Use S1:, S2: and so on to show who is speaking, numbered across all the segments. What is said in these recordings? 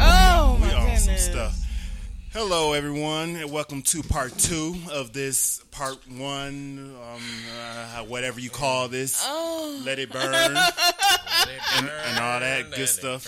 S1: Oh,
S2: Hello, everyone, and welcome to part two of this part one, um, uh, whatever you call this.
S1: Oh.
S2: Let it burn and, and all that good stuff.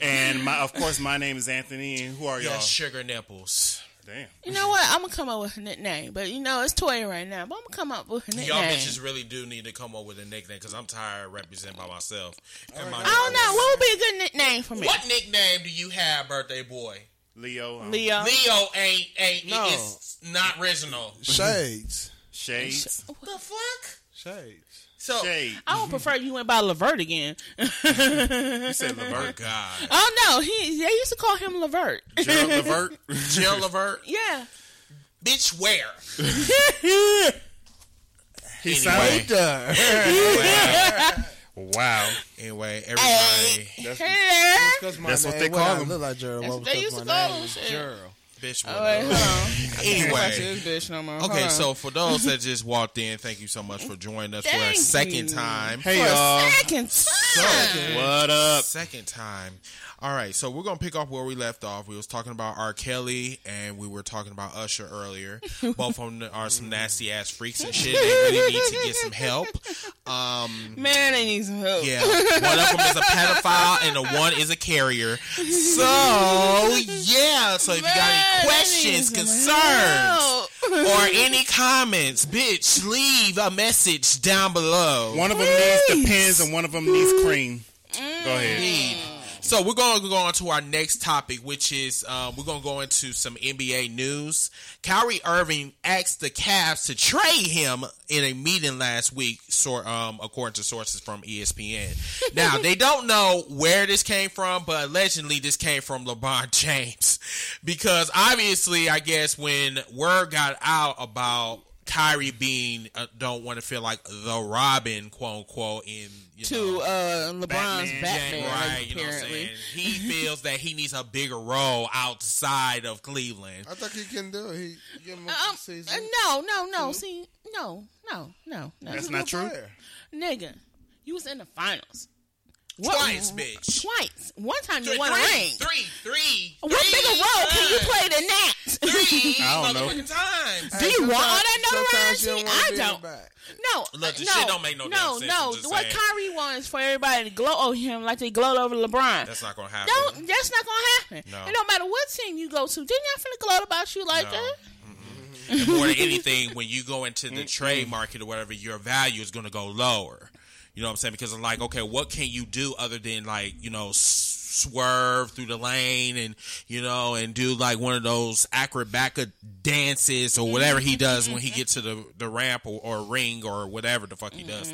S2: And my, of course, my name is Anthony. And who are
S3: Yeah,
S2: y'all?
S3: sugar nipples.
S2: Damn.
S1: You know what? I'm gonna come up with a nickname, but you know it's Toya right now. But I'm gonna come up with a
S3: Y'all
S1: nickname.
S3: bitches really do need to come up with a nickname because I'm tired of representing by myself. And my
S1: I don't know. What would be a good nickname for me?
S3: What nickname do you have, birthday boy?
S2: Leo. Um,
S1: Leo.
S3: Leo ain't ain't
S4: No.
S3: it's not original.
S4: Shades.
S2: Shades.
S3: What the fuck?
S4: Shades.
S3: So
S2: Shades.
S1: Oh, I would prefer you went by Lavert again.
S2: You said Levert.
S3: God.
S1: oh no, he they used to call him Lavert.
S2: Gerald Levert.
S3: Jill Levert.
S1: yeah.
S3: Bitch where?
S2: He
S3: Anyway.
S2: sounded. Wow.
S3: Anyway, everybody
S1: Yeah.
S4: That's,
S2: That's what they call
S4: I
S2: him.
S4: look like Gerald.
S1: That's
S4: That's
S1: what they used to call him, shit.
S3: bitch
S1: All right,
S3: where.
S1: hold on. Watch
S3: Anyway.
S1: this bitch no more. Oh, Hold
S3: Okay,
S1: on.
S3: so for those that just walked in, thank you so much for joining us for a
S1: Thank
S3: second
S1: you.
S3: time.
S2: Hey,
S1: For a
S2: y'all.
S1: second time.
S2: What up?
S3: Second time. All right, so we're gonna pick up where we left off. We was talking about R. Kelly and we were talking about Usher earlier. Both of them are some nasty ass freaks and shit. They really need to get some help. Um,
S1: Man, they need some help.
S3: yeah, one of them is a pedophile and the one is a carrier. So yeah, so if you got
S1: Man,
S3: any
S1: they need
S3: questions,
S1: some
S3: concerns,
S1: help.
S3: or any comments, bitch, leave a message down below.
S2: One of them needs the pins and one of them needs cream. Go ahead.
S3: Indeed.
S1: Mm.
S3: So we're going to go on to our next topic, which is um, we're going to go into some NBA news. Kyrie Irving asked the Cavs to trade him in a meeting last week, sor- um, according to sources from E ESPN. Now they don't know where this came from, but allegedly this came from LeBron James, because obviously, I guess when word got out about Kyrie being uh, don't want to feel like the Robin, quote unquote, in you know,
S1: To uh, LeBron's Batman,
S2: Batman,
S3: Jack Ryan, you know what I'm
S1: apparently.
S3: saying? He feels that he needs a bigger role outside of Cleveland.
S4: I think he can do it. He you Hmm? give him a
S1: Um, uh,
S4: season.
S1: no, no, no. See, no, no, no, no.
S2: That's not true.
S4: Player.
S1: Nigga, you was in the finals.
S3: Twice, bitch.
S1: Twice. One time you
S3: Three,
S1: won a
S3: three,
S1: ring.
S3: three, three,
S1: What
S3: three
S1: bigger role can you
S3: times.
S1: play than that?
S3: Three
S2: I don't know.
S3: motherfucking times.
S1: Do
S4: Hey,
S1: you want all
S4: sometimes-
S1: that
S4: sometimes you
S1: notoriety?
S4: don't wanna
S1: I
S4: be in the
S1: don't.
S4: back.
S1: No,
S3: Look, this
S1: no,
S3: shit don't make no damn
S1: no,
S3: sense,
S1: no.
S3: I'm just
S1: what
S3: saying.
S1: Kyrie wants for everybody to gloat over him like they gloat over LeBron.
S3: That's not gonna happen.
S1: don't. That's not gonna happen.
S3: No.
S1: It don't matter what team you go to. Didn't y'all finna gloat about you like
S3: No.
S1: that?
S3: And more than anything, when you go into the trade market or whatever, your value is going to go lower. You know what I'm saying? Because I'm like, okay, what can you do other than like, you know, s- swerve through the lane and you know, and do like one of those acrobatic dances or whatever he does when he gets to the the ramp or, or ring or whatever the fuck he does.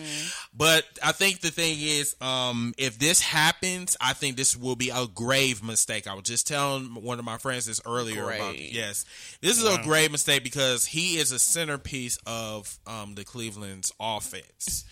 S3: But I think the thing is, um, if this happens, I think this will be a grave mistake. I was just telling one of my friends this earlier about
S1: Grave.
S3: yes, this is a grave mistake because he is a centerpiece of um, the Cleveland's offense,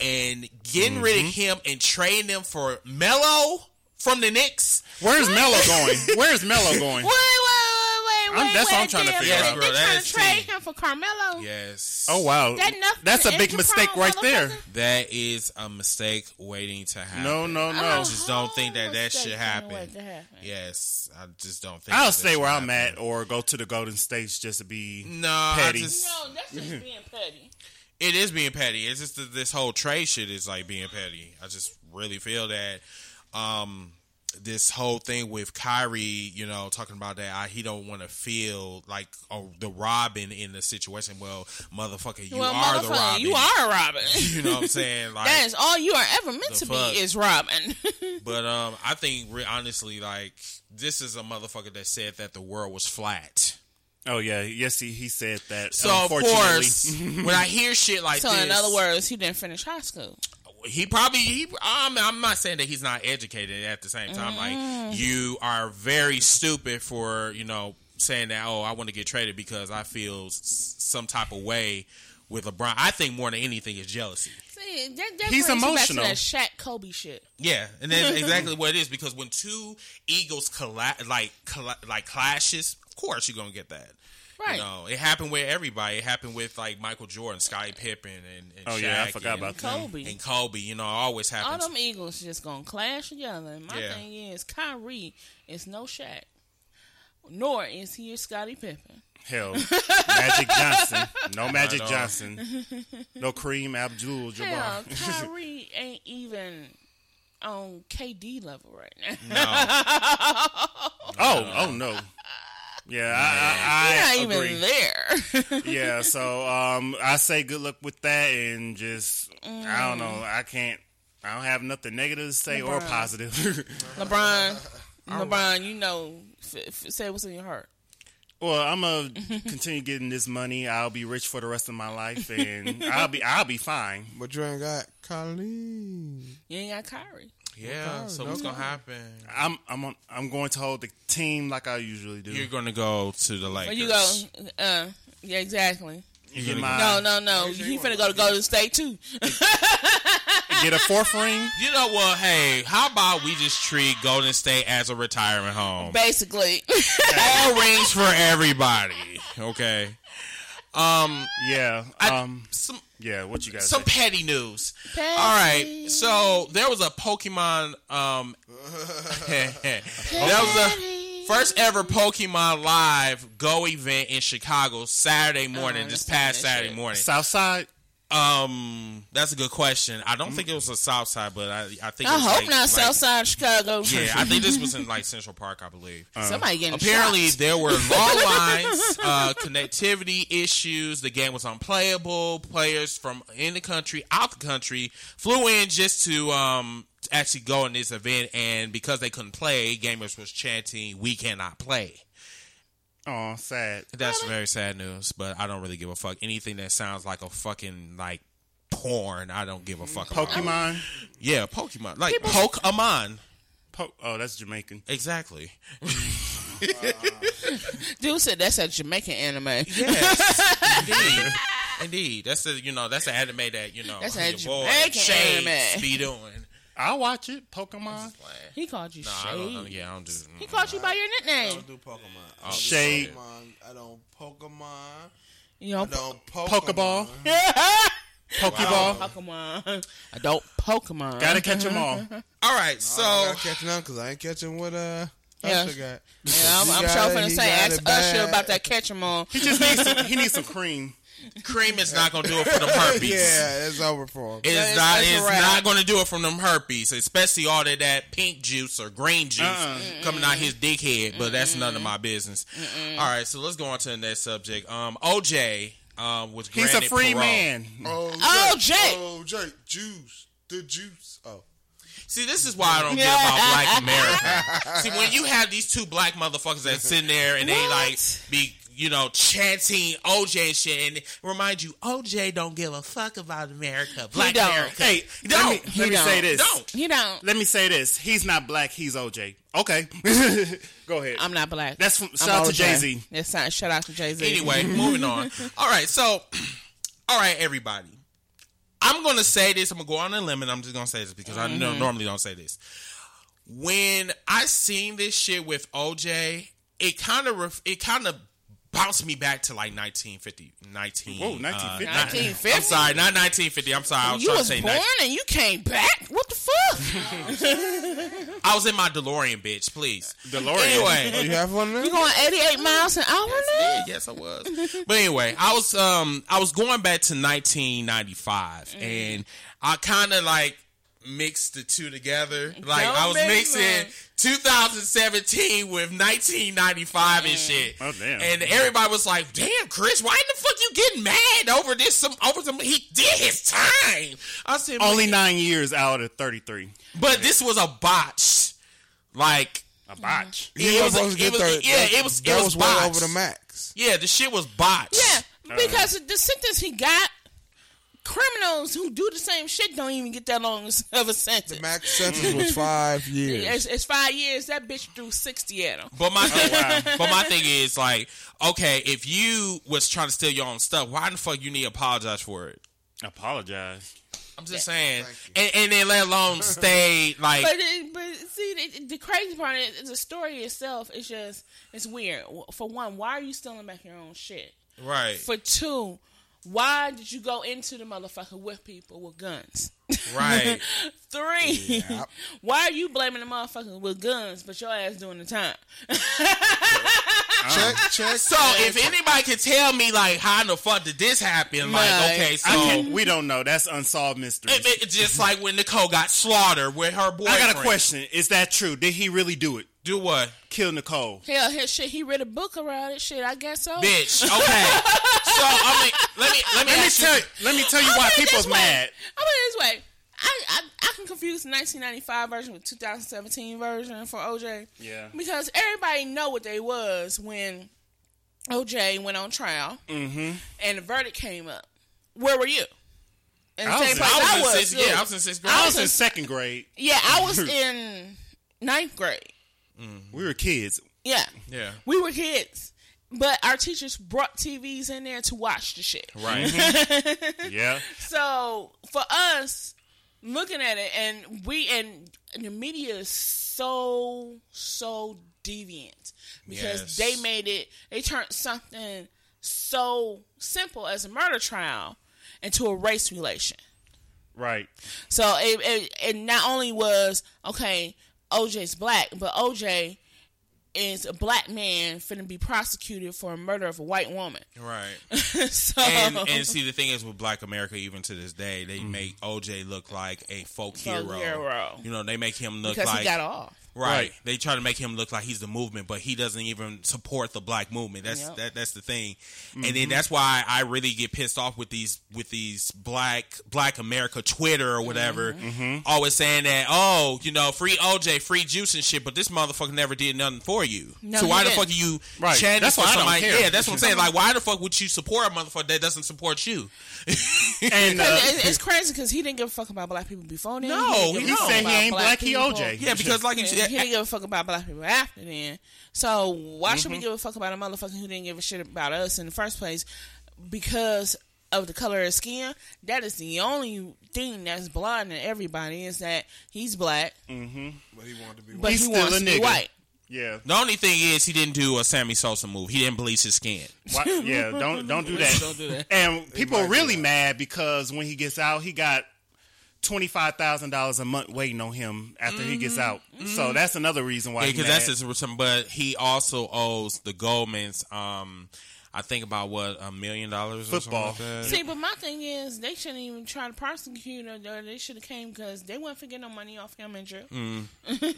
S3: and getting rid of
S2: Mm-hmm.
S3: him and trading him for Melo from the Knicks.
S2: Where's Mello going? Where's Mello
S1: Wait, wait,
S2: going?
S1: wait, wait,
S2: I'm-
S1: wait.
S2: that's what
S1: wait,
S2: I'm trying to
S1: damn,
S2: figure
S1: they-
S3: out.
S1: They
S3: Bro, that
S1: trying
S3: is
S1: to trade
S3: team.
S1: him for Carmelo.
S3: Yes.
S2: Oh wow,
S1: That nothing
S2: that's a
S1: to
S2: big
S1: Enterprise,
S2: mistake right there.
S1: motherfucker.
S3: That is a mistake waiting to happen.
S2: No, no, no.
S1: I'm
S3: I just don't think that that should
S1: Mistake
S3: happen.
S1: waiting to happen.
S3: Yes, I just don't think.
S2: I'll
S3: that
S2: stay
S3: should
S2: where I'm
S3: happen.
S2: at, or go to the Golden States just to be.
S3: No, I
S2: Petty.
S3: just-
S1: No, that's just being petty.
S3: it is being petty. It's just that this whole trade shit is like being petty. I just really feel that um this whole thing with Kyrie, you know, talking about that I, he don't want to feel like oh, the Robin in the situation. Well, motherfucker, you
S1: well,
S3: are the
S1: motherfucker,
S3: Robin.
S1: you are a Robin.
S3: You know what I'm saying? Like,
S1: that is all you are ever meant to
S3: The fuck?
S1: be is Robin.
S3: but um, I think re- honestly, like, this is a motherfucker that said that the world was flat.
S2: Oh yeah, yes, he, he said that.
S3: So of
S2: Unfortunately-
S3: course, when I hear shit like
S1: so,
S3: this,
S1: in other words, he didn't finish high school.
S3: he probably he I'm, I'm not saying that he's not educated at the same time
S1: Mm.
S3: like you are very stupid for you know saying that oh i want to get traded because i feel s- some type of way with lebron i think more than anything is jealousy
S1: See, that, that
S2: He's
S1: brings me
S2: emotional.
S1: Back to that Shaq Kobe shit.
S3: yeah and that's exactly what it is because when two eagles colli- like colli- like clashes of course you're gonna get that
S1: Right.
S3: you know, it happened with everybody. It happened with like Michael Jordan, Scottie Pippen, and, and
S2: Oh, yeah, I
S3: Shaq
S2: forgot
S3: and-
S2: about that.
S1: Kobe.
S3: and Kobe. You know, it always
S1: all
S3: happens.
S1: them Eagles just gonna clash together. And my
S3: Yeah.
S1: thing is, Kyrie is no Shaq. nor is he a Scottie Pippen.
S2: Hell, Magic Johnson. No Magic
S3: know.
S2: Johnson. No Kareem Abdul
S1: Hell,
S2: Jabbar.
S1: Kyrie ain't even on KD level right now.
S3: No,
S2: Oh, oh no. Yeah, I, I, I
S1: He's not
S2: agree.
S1: even there.
S2: yeah, so um, I say good luck with that, and just I
S1: Mm.
S2: don't know. I can't. I don't have nothing negative to say or
S1: LeBron.
S2: positive.
S1: LeBron, LeBron, you know, f- f- say what's in your heart.
S2: well, I'm gonna continue getting this money. I'll be rich for the rest of my life, and I'll be I'll be fine.
S4: But you ain't got Colleen.
S1: You ain't got Kyrie.
S3: yeah. So what's gonna happen?
S2: I'm I'm on, I'm going to hold the team like I usually do.
S3: You're gonna go to the
S1: Where
S3: Lakers.
S1: you go? Uh, yeah, exactly.
S2: You
S3: gonna
S2: get my
S1: No, no, no. He finna go to Golden State too.
S3: Oh
S2: get a fourth ring.
S3: You know what? Hey, how about we just treat Golden State as a retirement home?
S1: Basically,
S3: All rings for everybody. Okay. Um,
S2: Yeah. um.
S3: some
S2: Yeah. What you got?
S3: some petty news.
S1: Petty.
S3: All right. So there was a Pokemon. Um, there was a Uh, first ever Pokemon Live Go event in Chicago Saturday morning.
S1: Oh,
S3: this
S1: that's not
S3: past
S1: that
S3: Saturday
S1: shit.
S3: morning.
S2: Southside.
S3: Um, that's a good question. I don't think it was a Southside, but I, I think. it
S1: I
S3: was
S1: hope
S3: like-
S1: not.
S3: like-
S1: Southside Chicago.
S3: Yeah, I think this was in like Central Park, I believe.
S1: somebody getting
S3: Apparently,
S1: shot.
S3: there were long lines, uh, connectivity issues. The game was unplayable. Players from in the country, out the country, flew in just to um, to actually go in this event. And because they couldn't play, gamers was chanting, "We cannot play."
S2: Oh, sad.
S3: That's very sad news. But I don't really give a fuck. Anything that sounds like a fucking like porn, I don't give a fuck. about.
S2: Pokemon.
S3: yeah, Pokemon, like Pokemon,
S2: Po- oh, that's Jamaican.
S3: exactly.
S1: Dude said that's a Jamaican anime.
S3: Yes, indeed, indeed. That's the you know that's the anime that you know
S1: That's a
S3: your boy
S1: Jamaican
S3: Shades
S1: anime.
S3: be doing.
S2: I watch it. Pokemon.
S1: He called you
S3: Nah, I
S1: shade.
S3: don't, I do yeah, I don't do.
S1: He called you by your
S4: I
S1: nickname.
S4: don't do Pokemon. I don't do
S2: Shade.
S4: Pokemon. I don't Pokemon.
S1: You know,
S4: I don't Pokemon.
S2: Pokeball. Pokeball.
S1: Pokemon. Adult Pokemon.
S2: Oh, Gotta catch them all.
S3: All right, so
S4: So I don't gotta catch none because I ain't catching what uh
S1: Yeah.
S4: Usher got.
S1: Yeah, I'm,
S4: He
S1: I'm
S4: got
S1: sure
S4: it,
S1: finna
S4: he
S1: say
S4: got
S1: ask
S4: it
S1: Usher
S4: bad.
S1: about that catch 'em all.
S2: He just needs some, he needs some cream.
S3: cream is not gonna do it for them herpes.
S4: Yeah, it's over for him.
S3: It's
S1: That's-
S3: not.
S1: that's a
S3: It's
S1: wrap.
S3: not going to do it from them herpes, especially all of that pink juice or green juice
S2: Uh-uh.
S3: coming out his dickhead. But that's none of my business. All right, so let's go on to the next subject. Um, OJ um was
S2: He's
S3: granted
S2: a free
S3: parole.
S2: man.
S4: Oh,
S1: Oh,
S4: Jake.
S1: Jake.
S4: Oh, Jake. Juice. The juice. Oh.
S3: See, this is why I don't care about Black America. See, when you have these two black motherfuckers that sit there and they
S1: What?
S3: like be. You know, chanting OJ and shit, and remind you, OJ don't give a fuck about America, Black
S1: don't.
S3: America.
S2: Hey,
S3: don't.
S2: let me,
S1: He
S2: let me
S1: don't.
S2: say this.
S3: Don't.
S1: He don't.
S2: Let me say this. He's not black. He's OJ. Okay. Go ahead.
S1: I'm not black.
S2: That's from,
S1: I'm
S2: shout out to
S1: OJ.
S2: Jay Z.
S1: That's not, shout out to Jay Z.
S3: Anyway, moving on. All right, so, all right, everybody. I'm gonna say this. I'm gonna go on a limb, and I'm just gonna say this because I no-
S1: Mm-hmm.
S3: normally don't say this. When I seen this shit with OJ, it kind of ref- it kind of bounced me back to like 1950, 19.
S2: Whoa,
S3: uh,
S2: 1950.
S3: ni-
S1: 1950?
S3: I'm sorry, not 1950. I'm sorry. I was
S1: you
S3: trying
S1: was
S3: to say
S1: born
S3: 19-
S1: and you came back. What the fuck?
S3: I was in my DeLorean, bitch. Please.
S2: DeLorean. Oh,
S3: Anyway,
S4: You have one there?
S1: you going 88 miles an hour now?
S3: Yeah, yes, I was. but anyway, I was um I was going back to 1995,
S1: Mm.
S3: and I kind of like mixed the two together. Like I was
S1: Don't make me-
S3: mixing 2017 with 1995
S1: Mm.
S3: and shit.
S2: Oh, damn.
S3: And everybody was like, "Damn, Chris, why the fuck you getting mad over this? Some over some he did his time." I said,
S2: Only nine years out of 33.
S3: but this was a botch. Like
S2: A botch.
S3: it, was, a- it was yeah, it was
S4: That
S3: it
S4: was
S3: was,
S4: way
S3: botched.
S4: over the max.
S3: Yeah, the shit was botched.
S1: Yeah, because the sentence he got, criminals who do the same shit don't even get that long of a sentence.
S4: Max sentence
S1: Mm.
S4: was five
S1: It's,
S4: years.
S1: it's five years. That bitch threw 60 at him.
S3: But my thing,
S2: Oh, wow.
S3: but my thing is like, okay, if you was trying to steal your own stuff, why the fuck you need to apologize for it?
S2: Apologize.
S3: I'm just saying, and, and then let alone stay like,
S1: But it, but see, the, the crazy part is, is the story itself is just it's weird. For one, why are you stealing back your own shit?
S3: right?
S1: For two, Why did you go into the motherfucker with people with guns?
S3: Right.
S1: Three.
S4: Yep.
S1: Why are you blaming the motherfucker with guns, but your ass doing the time?
S4: Check, check.
S3: so if anybody can tell me like how in the fuck did this happen, like
S1: Right.
S3: okay, so
S2: I can't, we don't know. That's unsolved mystery.
S3: it, it- it's just like when Nicole got slaughtered with her boyfriend.
S2: I got a question. Is that true? Did he really do it?
S3: Do what?
S2: Kill Nicole?
S1: Hell, hell, shit, he read a book around it. Shit, I guess so.
S3: Bitch. Okay. so I mean, let me let me
S2: Let me
S3: ask you-
S2: tell. Let me tell you why
S1: put it
S2: people's
S1: this way.
S2: mad.
S1: I put it this way. I, I I can confuse the 1995 version with 2017 version for OJ.
S2: Yeah.
S1: Because everybody know what they was when OJ went on trial and the verdict came up. Where were you? In the
S2: I was
S1: same
S2: in-
S1: place I
S3: I was in
S1: was.
S3: sixth, yeah,
S1: yeah.
S3: I was in sixth grade.
S2: I
S1: I
S2: was
S1: was
S2: in
S1: a-
S2: second grade.
S1: yeah, I was in ninth grade.
S2: We were kids.
S1: Yeah.
S3: yeah.
S1: We were kids. But our teachers brought TVs in there to watch the shit.
S3: Right.
S2: Mm-hmm. Yeah.
S1: So for us looking at it, and we and the media is so so deviant because
S3: Yes.
S1: they made it. They turned something so simple as a murder trial into a race relation.
S2: Right.
S1: So it it, it not only was okay, OJ's black, but OJ is a black man finna be prosecuted for a murder of a white woman.
S3: Right.
S1: so
S3: and and see the thing is with Black America, even to this day, they make OJ look like a folk hero.
S1: hero.
S3: You know, they make him look
S1: because
S3: like
S1: he got off.
S3: right.
S2: Right.
S3: They try to make him look like he's the movement, but he doesn't even support the black movement. That's
S1: Yep. Mm-hmm.
S3: that that's the thing, and then that's why I really get pissed off with these with these black Black America Twitter or whatever,
S1: Mm-hmm.
S3: always saying that oh you know free OJ, free juice and shit, but this motherfucker never did nothing for you.
S1: No,
S3: so
S1: he
S3: why the
S1: didn't.
S3: fuck are you
S2: Right.
S3: chanting
S2: That's
S3: for
S2: why I don't
S3: somebody?
S2: care.
S3: Yeah, that's what I'm saying. Like why the fuck would you support a motherfucker that doesn't support you?
S2: And uh,
S1: It- it's crazy because he didn't give a fuck about black people before then.
S3: No,
S1: didn't give a
S3: he
S1: fuck
S2: said he
S1: about
S2: ain't black, he
S1: people.
S2: OJ.
S3: Yeah, because like you
S1: Yeah,
S3: said,
S1: He didn't give a fuck about black people after then. So why should we
S2: Mm-hmm.
S1: give a fuck about a motherfucker who didn't give a shit about us in the first place? Because of the color of his skin, that is the only thing that's blinding everybody is that he's black,
S4: But he wanted to be
S1: but
S2: He's
S1: he
S2: still
S1: wants
S2: a
S1: to be
S2: nigga.
S1: white.
S2: yeah,
S3: the only thing is he didn't do a Sammy Sosa move. He didn't bleach his skin.
S2: why, yeah. Don't don't do that.
S3: Don't do that.
S2: And people are
S4: might do
S2: really
S4: that.
S2: mad because when he gets out, he got twenty five thousand dollars a month waiting on him after he gets out. So that's another reason why.
S3: Mm-hmm.
S2: he
S3: Yeah, because
S2: mad.
S3: that's his return. But he also owes the Goldmans, um, I think about what a million dollars. or something
S2: Football.
S3: like that.
S1: See, but my thing is, they shouldn't even try to prosecute him. Or they should have came because they wouldn't get no money off him in jail.
S2: Mm,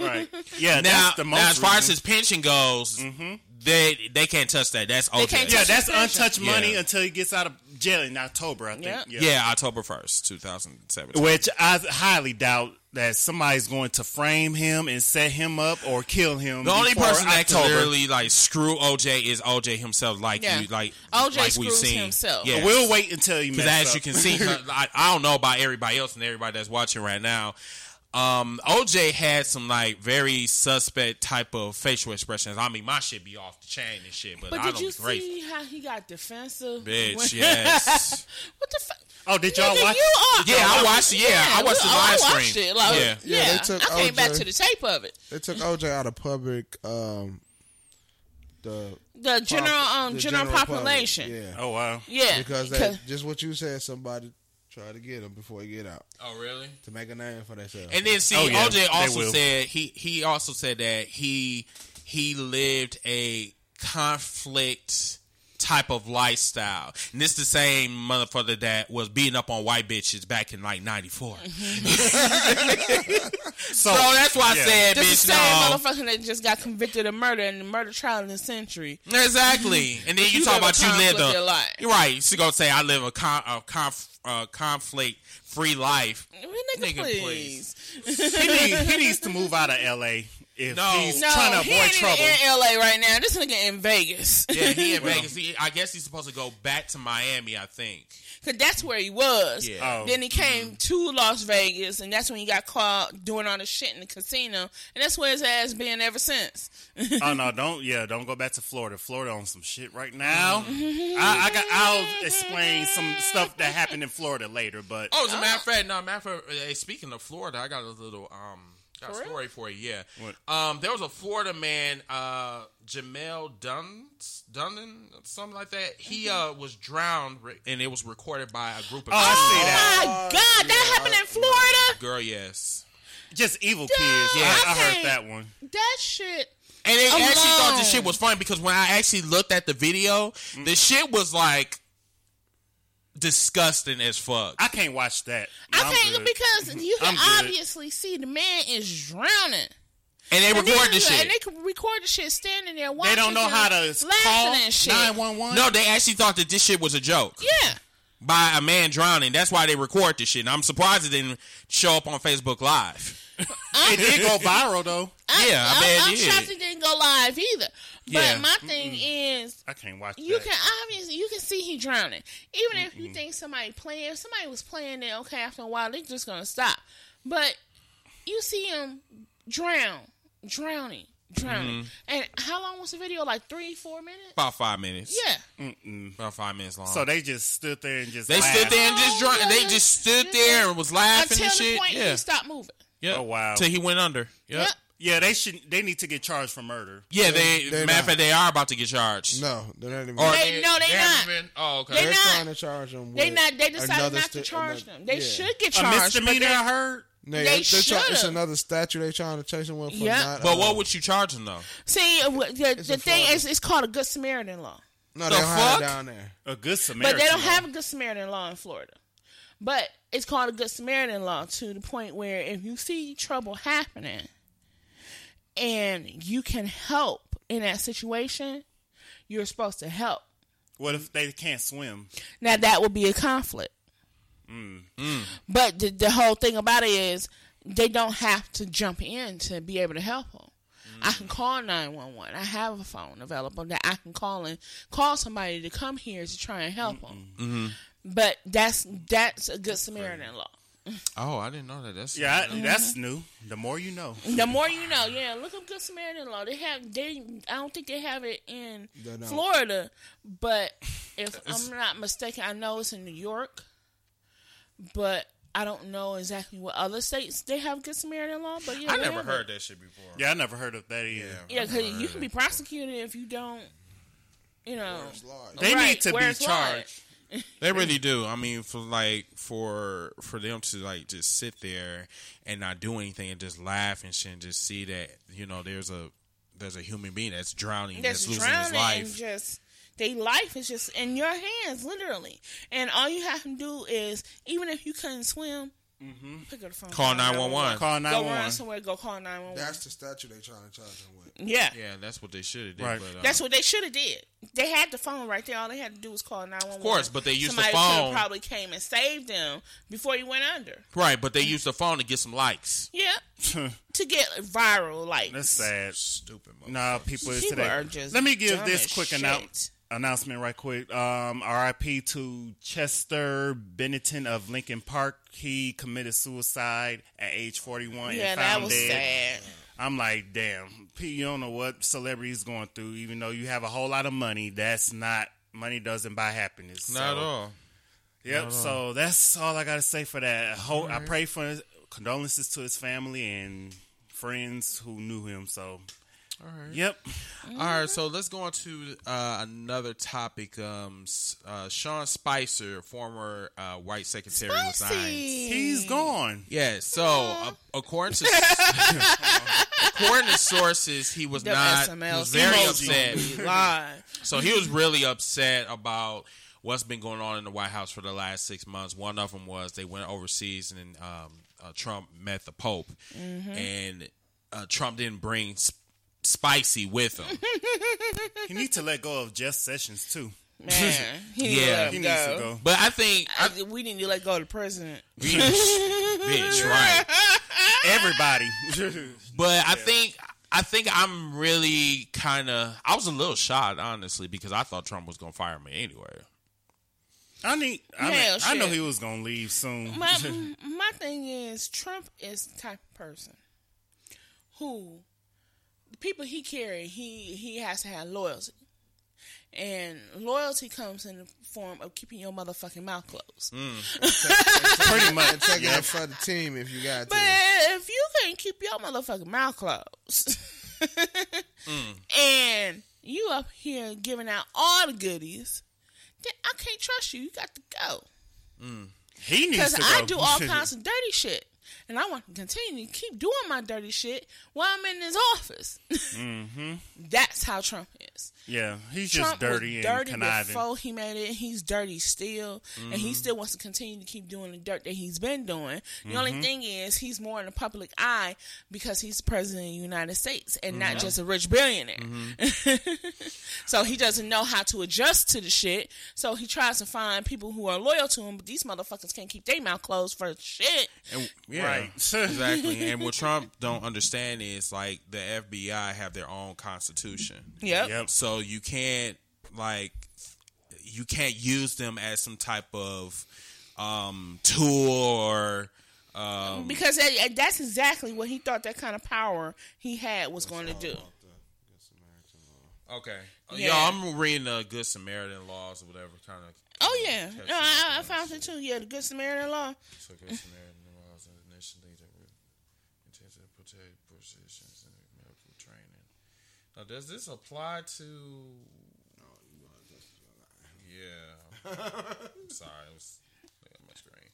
S2: right. Yeah,
S3: Now,
S2: that's the most. Mm-hmm.
S3: now, as far as
S2: reason.
S3: his pension goes, they they can't touch that. That's OJ.
S1: can't
S2: yeah,
S1: touch
S2: that's
S1: his pension.
S2: untouched money
S3: Yeah.
S2: until he gets out of jail in October. I think.
S1: Yep.
S2: Yeah.
S3: yeah. October first, two thousand seventeen.
S2: Which I highly doubt that somebody's going to frame him and set him up or kill him.
S3: The only
S2: before
S3: person that can
S2: October.
S3: literally like screw OJ is OJ himself. Like
S1: Yeah.
S3: you, like
S1: OJ
S3: like we've
S1: screws
S3: seen.
S1: himself.
S3: Yeah.
S2: We'll wait until he
S3: Because
S2: messes
S3: as
S2: up.
S3: you can see, 'cause I, I don't know about everybody else and everybody that's watching right now. Um, OJ had some like very suspect type of facial expressions. I mean, my shit be off the chain and shit, but,
S1: But
S3: I
S1: did
S3: don't
S1: you
S3: be grateful.
S1: see how he got defensive? when-
S3: Bitch, yes.
S1: what the fuck?
S2: Oh, did y'all
S1: Nigga,
S2: watch?
S1: you are.
S3: Yeah, I watched it. Yeah, I watched the
S1: well,
S3: live
S1: I watched
S3: stream.
S1: It. Like,
S3: Yeah.
S1: yeah,
S4: Yeah, they took
S1: I came back
S4: OJ.
S1: to the tape of it.
S4: They took OJ out of public. Um, the
S1: The general, um,
S4: the
S1: general,
S4: public,
S1: population.
S4: Yeah,
S2: Oh wow.
S1: yeah.
S4: because they, just what you said, somebody tried to get him before he get out
S3: oh, really?
S4: to make a name for themselves.
S3: And then see,
S2: Oh, yeah, they
S3: OJ also
S2: will.
S3: said he he also said that he he lived a conflict type of lifestyle. And this the same motherfucker that was beating up on white bitches back in like '94. so, that's why
S2: yeah.
S3: I said,
S1: this
S3: bitch,
S1: is Mm-hmm. the same
S3: no.
S1: motherfucker that just got convicted of murder in the murder trial in the century.
S3: Exactly. And then you,
S1: You
S3: talk
S1: live a
S3: about you live
S1: conflict
S3: a
S1: life.
S3: You're right. She's gonna say I live a, con- a conf- uh, conflict free life.
S1: Well, Nigga,
S3: Nigga,
S1: please.
S3: please.
S2: He, need, he needs to move out of L.A. if
S3: No.
S2: he's
S1: No,
S2: trying to
S1: he
S2: avoid
S1: ain't
S2: trouble.
S1: even in LA right now. This nigga in Vegas.
S3: Yeah, he in Vegas. He, I guess he's supposed to go back to Miami. I think.
S1: Cause that's where he was.
S3: Yeah. Mm-hmm.
S2: Oh.
S1: Then he came to Las Vegas, and that's when he got caught doing all the shit in the casino, and that's where his ass been ever since.
S2: oh no, don't yeah, don't go back to Florida. Florida on some shit right now. I, I got I'll explain some stuff that happened in Florida later, but
S1: Oh.
S3: Oh, as a matter of fact, no, matter of fact, eh, speaking of Florida, I got a little um got a
S1: For real?
S3: story for you. Yeah.
S2: What?
S3: Um, there was a Florida man, uh, Jamel Dunn, Dunnan, something like that. He
S1: Mm-hmm.
S3: uh was drowned, re- and it was recorded by a group of
S2: Oh, I
S3: kids.
S2: see that.
S1: My
S4: Oh,
S1: God, that
S4: yeah,
S1: happened
S4: I-
S1: in Florida.
S3: Girl, yes.
S2: Just evil kids. Yeah,
S1: I
S2: I heard
S1: can't-
S2: that one.
S1: That shit.
S3: And they actually thought
S1: Alone.
S3: this shit was funny because when I actually looked at the video,
S2: Mm.
S3: the shit was like disgusting as fuck.
S2: I can't watch that.
S1: I
S2: I'm
S1: can't
S2: good.
S1: because you can
S2: I'm good.
S1: obviously see the man is drowning.
S3: and they
S1: And
S3: recorded
S1: they,
S3: the shit.
S1: And they can record the shit standing there watching.
S2: They don't know
S1: him,
S2: how to
S1: laughing
S2: call
S1: and shit.
S2: 911.
S3: no, they actually thought that this shit was a joke
S1: Yeah.
S3: by a man drowning. That's why they record this shit. And I'm surprised it didn't show up on Facebook Live.
S2: it did go viral though.
S1: I,
S3: Yeah, I
S1: I'm,
S3: bet it
S1: I'm
S3: did.
S1: shocked it didn't go live either. But
S3: Yeah.
S1: my thing is,
S2: I can't watch
S1: you
S2: that.
S1: can obviously you can see he drowning. Even if you think somebody playing, if somebody was playing it, okay, after a while they just gonna stop. But you see him drown, drowning, drowning. And how long was the video? Like three, four minutes?
S3: About Mm-hmm. five minutes.
S1: Yeah.
S3: About five minutes long.
S2: So they just stood there and just
S3: they
S2: laughed.
S3: stood there and just
S1: Oh,
S3: drunk. They
S1: yeah.
S3: just stood there and was laughing
S1: Until
S3: and
S1: the
S3: shit.
S1: point
S3: yeah.
S1: he stopped moving.
S3: Yep.
S2: Oh, wow.
S3: Till he went under. Yep.
S1: Yep.
S2: Yeah, they should. They need to get charged for murder.
S3: Yeah. They.
S4: They're
S3: matter
S4: not.
S3: of fact, they are about to get charged.
S4: No, they're not even.
S3: Or
S1: They- no, they
S3: haven't
S1: not.
S3: Been, oh, okay.
S1: They
S4: they're
S1: not.
S4: trying to charge them.
S1: They
S4: with
S1: not. They decided
S4: another
S1: not to
S4: sta-
S1: charge
S4: another-
S1: them. They
S4: yeah.
S1: should get
S2: A
S1: charged. but
S2: misdemeanor,
S1: they-
S2: I heard.
S4: They,
S1: They
S4: they char- it's
S1: should've.
S4: another statue they trying to chase someone for.
S1: Yeah.
S4: Not,
S3: But
S4: uh,
S3: what would you charge them though?
S1: See, uh, wh- the, the
S4: a
S1: thing
S4: fraud.
S1: is, it's called a Good Samaritan law,
S4: no, they
S3: the
S4: don't have it
S3: fuck?
S4: down there.
S2: A good
S1: but
S2: Samaritan.
S1: they don't have
S2: law.
S1: a Good Samaritan law in Florida. But it's called a Good Samaritan law to the point where if you see trouble happening and you can help in that situation, you're supposed to help.
S2: What if they can't swim?
S1: Now that would be a conflict. But the, the whole thing about it is they don't have to jump in to be able to help them. I can call nine one one. I have a phone available that I can call and call somebody to come here to try and help them. But that's that's a good Samaritan law.
S3: Oh, I didn't know that. That's
S2: Yeah,
S1: Mm-hmm.
S2: I, that's new. The more you know.
S1: The more you know, yeah. Look up Good Samaritan law. They have they. I don't think they have it in
S4: They don't.
S1: Florida, but if I'm not mistaken, I know it's in New York, but I don't know exactly what other states they have Good Samaritan law. But yeah,
S3: I
S1: they
S3: never
S1: have
S3: heard
S1: It.
S3: that shit before.
S2: Yeah, I never heard of that either.
S1: Yeah, because you can be prosecuted if you don't. You know,
S2: They
S1: Right,
S2: need to
S1: where
S2: be
S1: it's lying.
S2: charged.
S3: They really do. I mean, for like for for them to like just sit there and not do anything and just laugh and shit and just see that you know there's a there's a human being that's drowning that's,
S1: that's
S3: losing his
S1: drowning and
S3: life.
S1: just they life is just in your hands literally and all you have to do is even if you couldn't swim pick up the phone
S3: Call
S2: Call
S3: 911.
S1: go run
S2: 911.
S1: somewhere go call 911
S4: That's the statue they trying to charge them with.
S1: yeah.
S3: yeah, that's what they should have did.
S2: Right.
S3: But, uh,
S1: that's what they should have did they had the phone right there all they had to do was call 911
S3: Of course, but they used the
S1: Somebody coulda
S3: phone.
S1: probably came and saved them before you went under
S3: right, but they used the phone to get some likes.
S1: yeah to get viral like
S2: That's sad.
S3: Stupid. mother-
S2: Nah, people is
S1: People
S2: today.
S1: are just
S2: Let me give
S1: dumb
S2: this
S1: as
S2: quick
S1: shit.
S2: annou- announcement right quick. Um, RIP to Chester Bennington of Lincoln Park. He committed suicide at age 41
S1: yeah
S2: and
S1: that
S2: found
S1: was
S2: dead.
S1: sad
S2: I'm like, damn, P, you don't know what celebrities going through. Even though you have a whole lot of money, that's not money doesn't buy happiness.
S3: Not
S2: so,
S3: at all.
S2: Yep. so that's all I gotta say for that. I Hope, I pray for his, condolences to his family and friends who knew him. So,
S3: All right.
S2: yep.
S1: Mm-hmm.
S3: All right, so let's go on to uh, another topic. Um, s- uh, Sean Spicer, former uh, white secretary, resigns.
S2: He's gone.
S3: Yes. So uh, according to according to sources, he was
S1: The
S3: not he
S1: SMLs.
S3: was very
S2: Emoji.
S3: upset.
S1: live
S3: So he was really upset about what's been going on in the White House for the last six months. One of them was they went overseas and um, uh, Trump met the Pope, and uh, Trump didn't bring. Sp- Spicy with him,
S2: He needs to let go of Jeff Sessions too.
S1: man he
S3: Yeah.
S1: yeah
S2: He
S1: he
S2: needs to go.
S3: but I think I,
S1: I, we need to let go of the president.
S3: bitch, right?
S1: Ah!
S2: Everybody.
S3: But I think I think I'm really kind of I was a little shocked honestly because I thought Trump was gonna fire me anyway.
S2: I need. I, mean,
S1: Hell
S2: I know
S1: shit.
S2: he was gonna leave soon.
S1: My my thing is Trump is the type of person who the people he carry he he has to have loyalty, and loyalty comes in the form of keeping your motherfucking mouth closed.
S2: Pretty much.
S4: Take
S2: Yep.
S4: it for the team if you got
S1: But
S4: to.
S1: if you can ain't keep your motherfucking mouth closed. And you up here giving out all the goodies, then I can't trust you. You got to go.
S2: He needs
S1: Because
S2: to go.
S1: I do all kinds of dirty shit. And I want to continue to keep doing my dirty shit while I'm in this office.
S2: Mm-hmm.
S1: That's how Trump is.
S2: Yeah, he's just
S1: Trump
S2: dirty
S1: was
S2: and
S1: dirty
S2: conniving. Mm-hmm.
S1: before he made it. He's dirty still, and he still wants to continue to keep doing the dirt that he's been doing. The
S2: Mm-hmm.
S1: only thing is, he's more in the public eye because he's the president of the United States and
S2: Mm-hmm.
S1: not just a rich billionaire. so he doesn't know how to adjust to the shit. So he tries to find people who are loyal to him, but these motherfuckers can't keep their mouth closed for shit.
S3: And, yeah,
S2: Right.
S3: exactly. And what Trump don't understand is like the FBI have their own constitution.
S1: Yep.
S2: Yep.
S3: So you can't like you can't use them as some type of um tool or um
S1: Because that- that- that's exactly what he thought that kind of power he had was going to do.
S3: okay.
S1: Yeah.
S3: Yeah, I'm reading the Good Samaritan laws or whatever kind of
S1: Oh yeah, no, I, I found it too. Yeah, the Good Samaritan law.
S3: So Good Samaritan laws initially that were intended to protect physicians and medical training. Now, does this apply to? Yeah, I'm sorry, I was looking at my screen.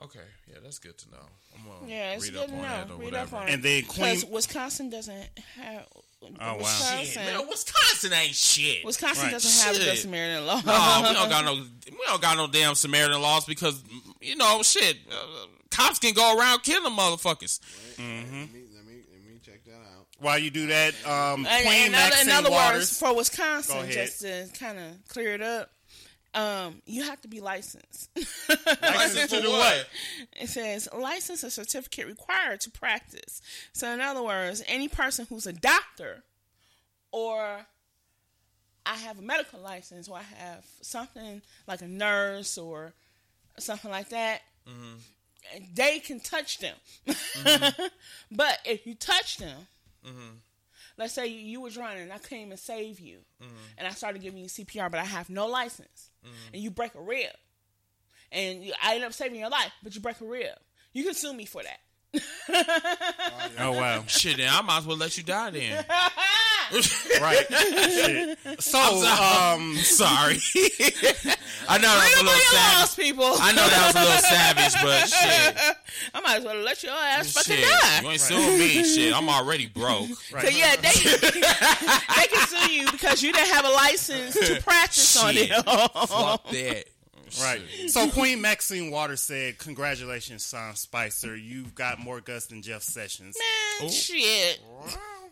S3: Okay, yeah, that's good to know. I'm gonna
S1: Yeah, it's
S3: read
S1: good
S3: up
S1: to
S3: on that
S1: know.
S3: or
S1: Read
S3: whatever.
S1: up on
S2: and then Queen
S1: Because Wisconsin doesn't have.
S2: Oh, wow.
S3: Shit,
S1: Wisconsin,
S3: man, Wisconsin ain't shit.
S1: Wisconsin
S2: Right.
S1: doesn't have a Good
S3: Shit.
S1: Samaritan law.
S3: No, we don't got no, we don't got no damn Samaritan laws because you know shit. Uh, cops can go around killing motherfuckers. Mm-hmm.
S4: Let, me, let, me, let me check that out.
S2: while you do that, um,
S1: And-
S2: Queen
S1: and other-
S2: Maxine
S1: in other words,
S2: Waters.
S1: for
S2: Go
S1: Wisconsin,
S2: ahead.
S1: just to kind of clear it up, um, you have to be licensed.
S2: License to do what?
S1: It says license or certificate required to practice. So in other words, any person who's a doctor or I have a medical license or I have something like a nurse or something like that, they can touch them. but if you touch them, let's say you, you were drowning and I came and saved you and I started giving you CPR, but I have no license and you break a rib and you, I end up saving your life, but you break a rib. You can sue me for that.
S2: Oh wow,
S3: Shit, then I might as well let you die then.
S2: right? Shit. So um,
S3: Sorry. I know that was a little
S1: Your
S3: savage.
S1: lost people.
S3: I
S1: I,
S3: know that was a little savage, but shit.
S1: might as well let your ass fucking
S3: shit.
S1: die.
S3: You ain't suing me, shit. I'm already broke.
S1: So yeah, they they can sue you because you didn't have a license to practice on
S3: Shit.
S1: it.
S3: Fuck that.
S2: right. So Queen Maxine Waters said, "Congratulations, Sean Spicer. You've got more guts than Jeff Sessions."
S1: Man, shit,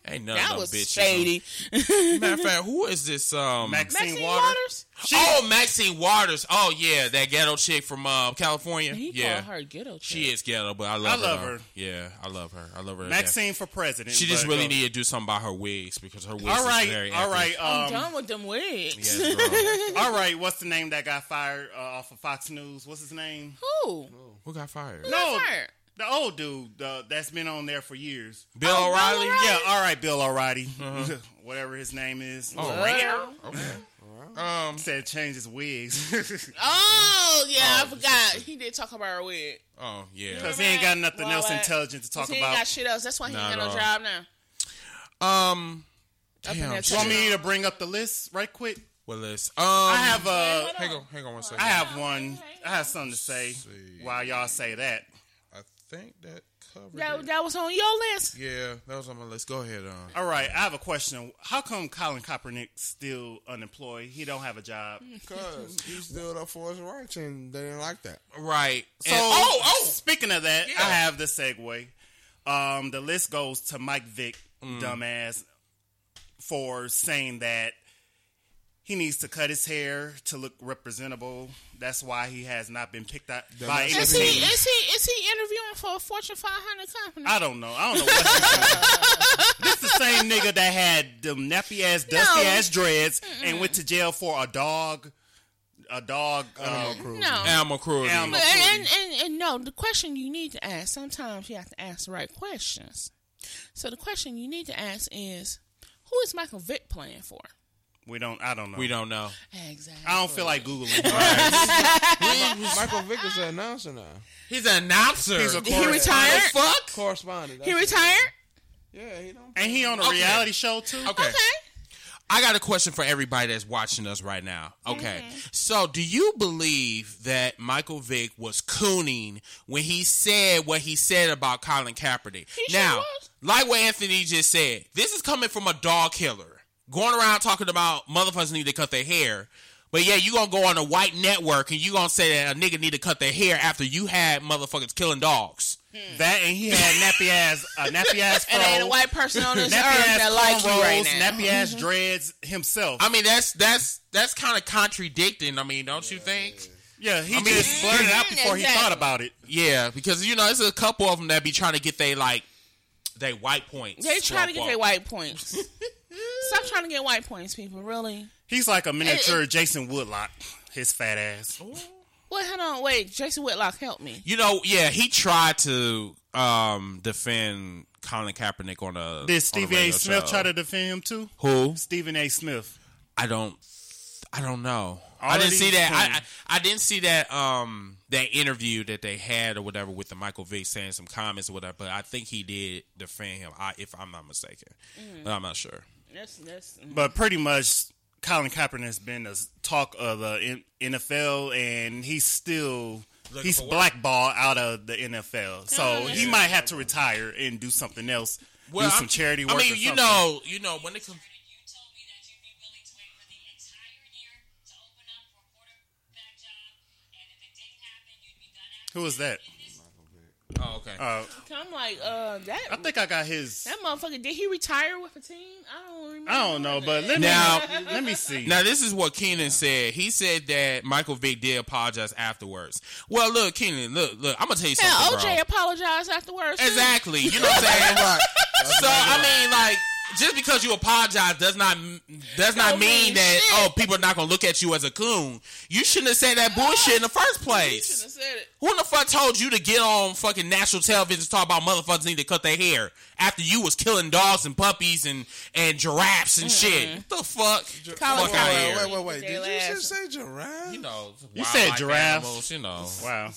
S3: Ain't none
S1: that
S3: of
S1: was
S3: them bitches.
S1: shady.
S3: Matter of fact, who is this? Um,
S2: Maxine,
S1: Maxine
S2: Waters.
S1: Waters,
S3: oh, Maxine Waters. Oh yeah, that ghetto chick from uh, California.
S1: he
S3: yeah,
S1: called her ghetto.
S3: she is ghetto, but I love,
S2: I love
S3: her.
S2: her.
S3: Yeah, I love her. I love her. to death.
S2: Maxine for president.
S3: She just
S2: but,
S3: really
S2: uh,
S3: need to do something about her wigs because her wigs
S2: All
S3: is very
S2: right, all
S3: ethnic.
S2: right,
S1: I'm
S2: um,
S1: done with them wigs.
S3: Yes, bro.
S2: all right. What's the name that got fired uh, off of Fox News? What's his name?
S1: Who?
S3: Who got fired?
S2: No,
S1: fired?
S2: the old dude uh, that's been on there for years.
S3: Bill
S1: Oh, Bill
S3: O'Reilly.
S1: O'Reilly.
S2: Yeah, all right, Bill O'Reilly, whatever his name is.
S3: Oh,
S1: Well.
S3: Um.
S2: Said change his wigs
S1: Oh yeah, I forgot. He did talk about her wig.
S3: Oh yeah.
S2: because he ain't got nothing
S1: Well,
S2: else
S1: what?
S2: intelligent to talk
S1: he ain't
S2: about.
S1: got shit else. That's why he
S3: Not
S1: ain't got no
S3: at all.
S1: job now.
S3: Um.
S1: in
S3: Damn.
S1: that
S3: shit.
S2: Want me to bring up the list right quick?
S3: Well, let's. Um.
S2: I have
S1: Hey,
S2: uh,
S1: hold
S3: Hang on. Hang on one second.
S2: I have one. I have something to say while y'all say that.
S3: I think that covered.
S1: That,
S3: it.
S1: that was on your list.
S3: yeah, that was on my list. Go ahead. Um.
S2: All right, I have a question. How come Colin Kaepernick still unemployed? He don't have a job.
S4: Because he stood up for his rights and they didn't like that.
S3: Right.
S2: So,
S3: And-
S2: oh, oh, speaking of that,
S3: Yeah.
S2: I have the segue. Um, the list goes to Mike Vick, dumbass, for saying that he needs to cut his hair to look representable. That's why he has not been picked up by
S4: Dumbass.
S2: any
S1: Is he
S2: team.
S1: is he is he interviewing for a Fortune 500 company?
S2: I don't know. I don't know what he's doing. This the same nigga that had them nappy ass, dusty ass dreads and went to jail for a dog, a dog.
S3: Oh.
S2: Uh,
S1: no.
S3: Animal cruelty.
S2: Animal-
S1: and, and, and, and no, the question you need to ask, sometimes you have to ask the right questions. So the question you need to ask is, who is Michael Vick playing for?
S2: We don't. I don't know.
S3: We don't know.
S1: Exactly.
S2: I don't feel like googling.
S4: Michael Vick is an announcer now.
S3: He's an announcer.
S2: He's a
S1: he retired.
S3: fuck.
S4: Correspondent.
S1: He
S4: that's it.
S1: retired.
S4: Yeah, he don't.
S2: and he on a
S3: Okay.
S2: reality show too.
S3: Okay.
S1: Okay.
S3: I got a question for everybody that's watching us right now. Okay. So, do you believe that Michael Vick was cooning when he said what he said about Colin Kaepernick?
S1: He sure
S3: now,
S1: was.
S3: like what Anthony just said, this is coming from a dog killer going around talking about motherfuckers need to cut their hair. But yeah, you gonna go on a white network and you gonna say that a nigga need to cut their hair after you had motherfuckers killing dogs.
S1: Hmm.
S2: That and he had nappy ass, a nappy ass fro,
S1: And ain't a
S2: nappy
S1: white person on this earth that
S2: ass
S1: likes you right
S2: cornrows,
S1: now. Mm-hmm.
S2: nappy ass dreads himself.
S3: I mean, that's that's that's kind of contradicting. I mean, don't you think?
S2: yeah, he
S3: I mean-
S2: just blurted it out before he
S1: Mm, Exactly.
S2: thought about it.
S3: Yeah, because you know, it's a couple of them that be trying to get they like they white points.
S1: They trying to get
S3: Swamp
S1: their
S3: walk.
S1: white points. Stop trying to get white points, people. Really?
S2: He's like a miniature Jason Woodlock. His fat ass.
S1: Wait, hold on. Wait, Jason Whitlock, help me.
S3: You know, yeah, he tried to um defend Colin Kaepernick on a on
S2: Did Stephen A.
S3: radio
S2: Smith
S3: show.
S2: try to defend him too?
S3: who?
S2: Stephen A. Smith.
S3: I don't I don't know. I
S2: Already
S3: didn't see that.
S2: clean.
S3: I, I I didn't see that um that interview that they had or whatever with the Michael Vick saying some comments or whatever. But I think he did defend him. I, if I'm not mistaken,
S1: Mm.
S3: but I'm not sure.
S1: That's that's.
S2: But pretty much, Colin Kaepernick's been the talk of the N- NFL, and he's still
S3: Looking
S2: he's
S3: for work.
S2: blackballed out of the NFL. So
S1: Oh,
S2: he might have to retire and do something else. do some
S3: I'm-
S2: charity work.
S3: I mean,
S2: or
S3: you
S2: something.
S3: know, you know when it comes.
S5: You told me that you'd be willing to wait for the entire year to open up for a quarterback job, and if it didn't happen, you'd be done after
S2: who was that?
S3: Oh, okay.
S2: Uh,
S1: I'm like, uh, that
S2: I think I got his.
S1: that motherfucker. Did he retire with a team? I don't remember.
S2: I don't know, but let me
S3: Now-
S2: let me see.
S3: Now, this is what Keenan said. He said that Michael Vick did apologize afterwards. Well, look, Keenan, look, look, I'm gonna tell you
S1: Yeah,
S3: something,
S1: OJ
S3: bro.
S1: apologized afterwards. too.
S3: Exactly. You know what I'm saying? so, I mean, like, just because you apologize does not does not
S1: Don't
S3: mean
S1: mean
S3: that
S1: shit.
S3: oh people are not gonna look at you as a coon. You shouldn't have said that bullshit in the first
S1: He shouldn't have
S3: place.
S1: said it.
S3: Who in the fuck told you to get on fucking national television to talk about motherfuckers need to cut their hair after you was killing dogs and puppies and and giraffes and shit? What the fuck?
S1: Colin
S3: fuck
S4: Wait,
S3: out
S1: Kaepernick.
S3: here.
S4: wait, wait, wait, wait.
S1: They
S4: Did you
S1: laugh.
S4: just say giraffe?
S3: you know,
S2: You
S3: wildlife
S2: said giraffes.
S3: animals, you know.
S2: Wow.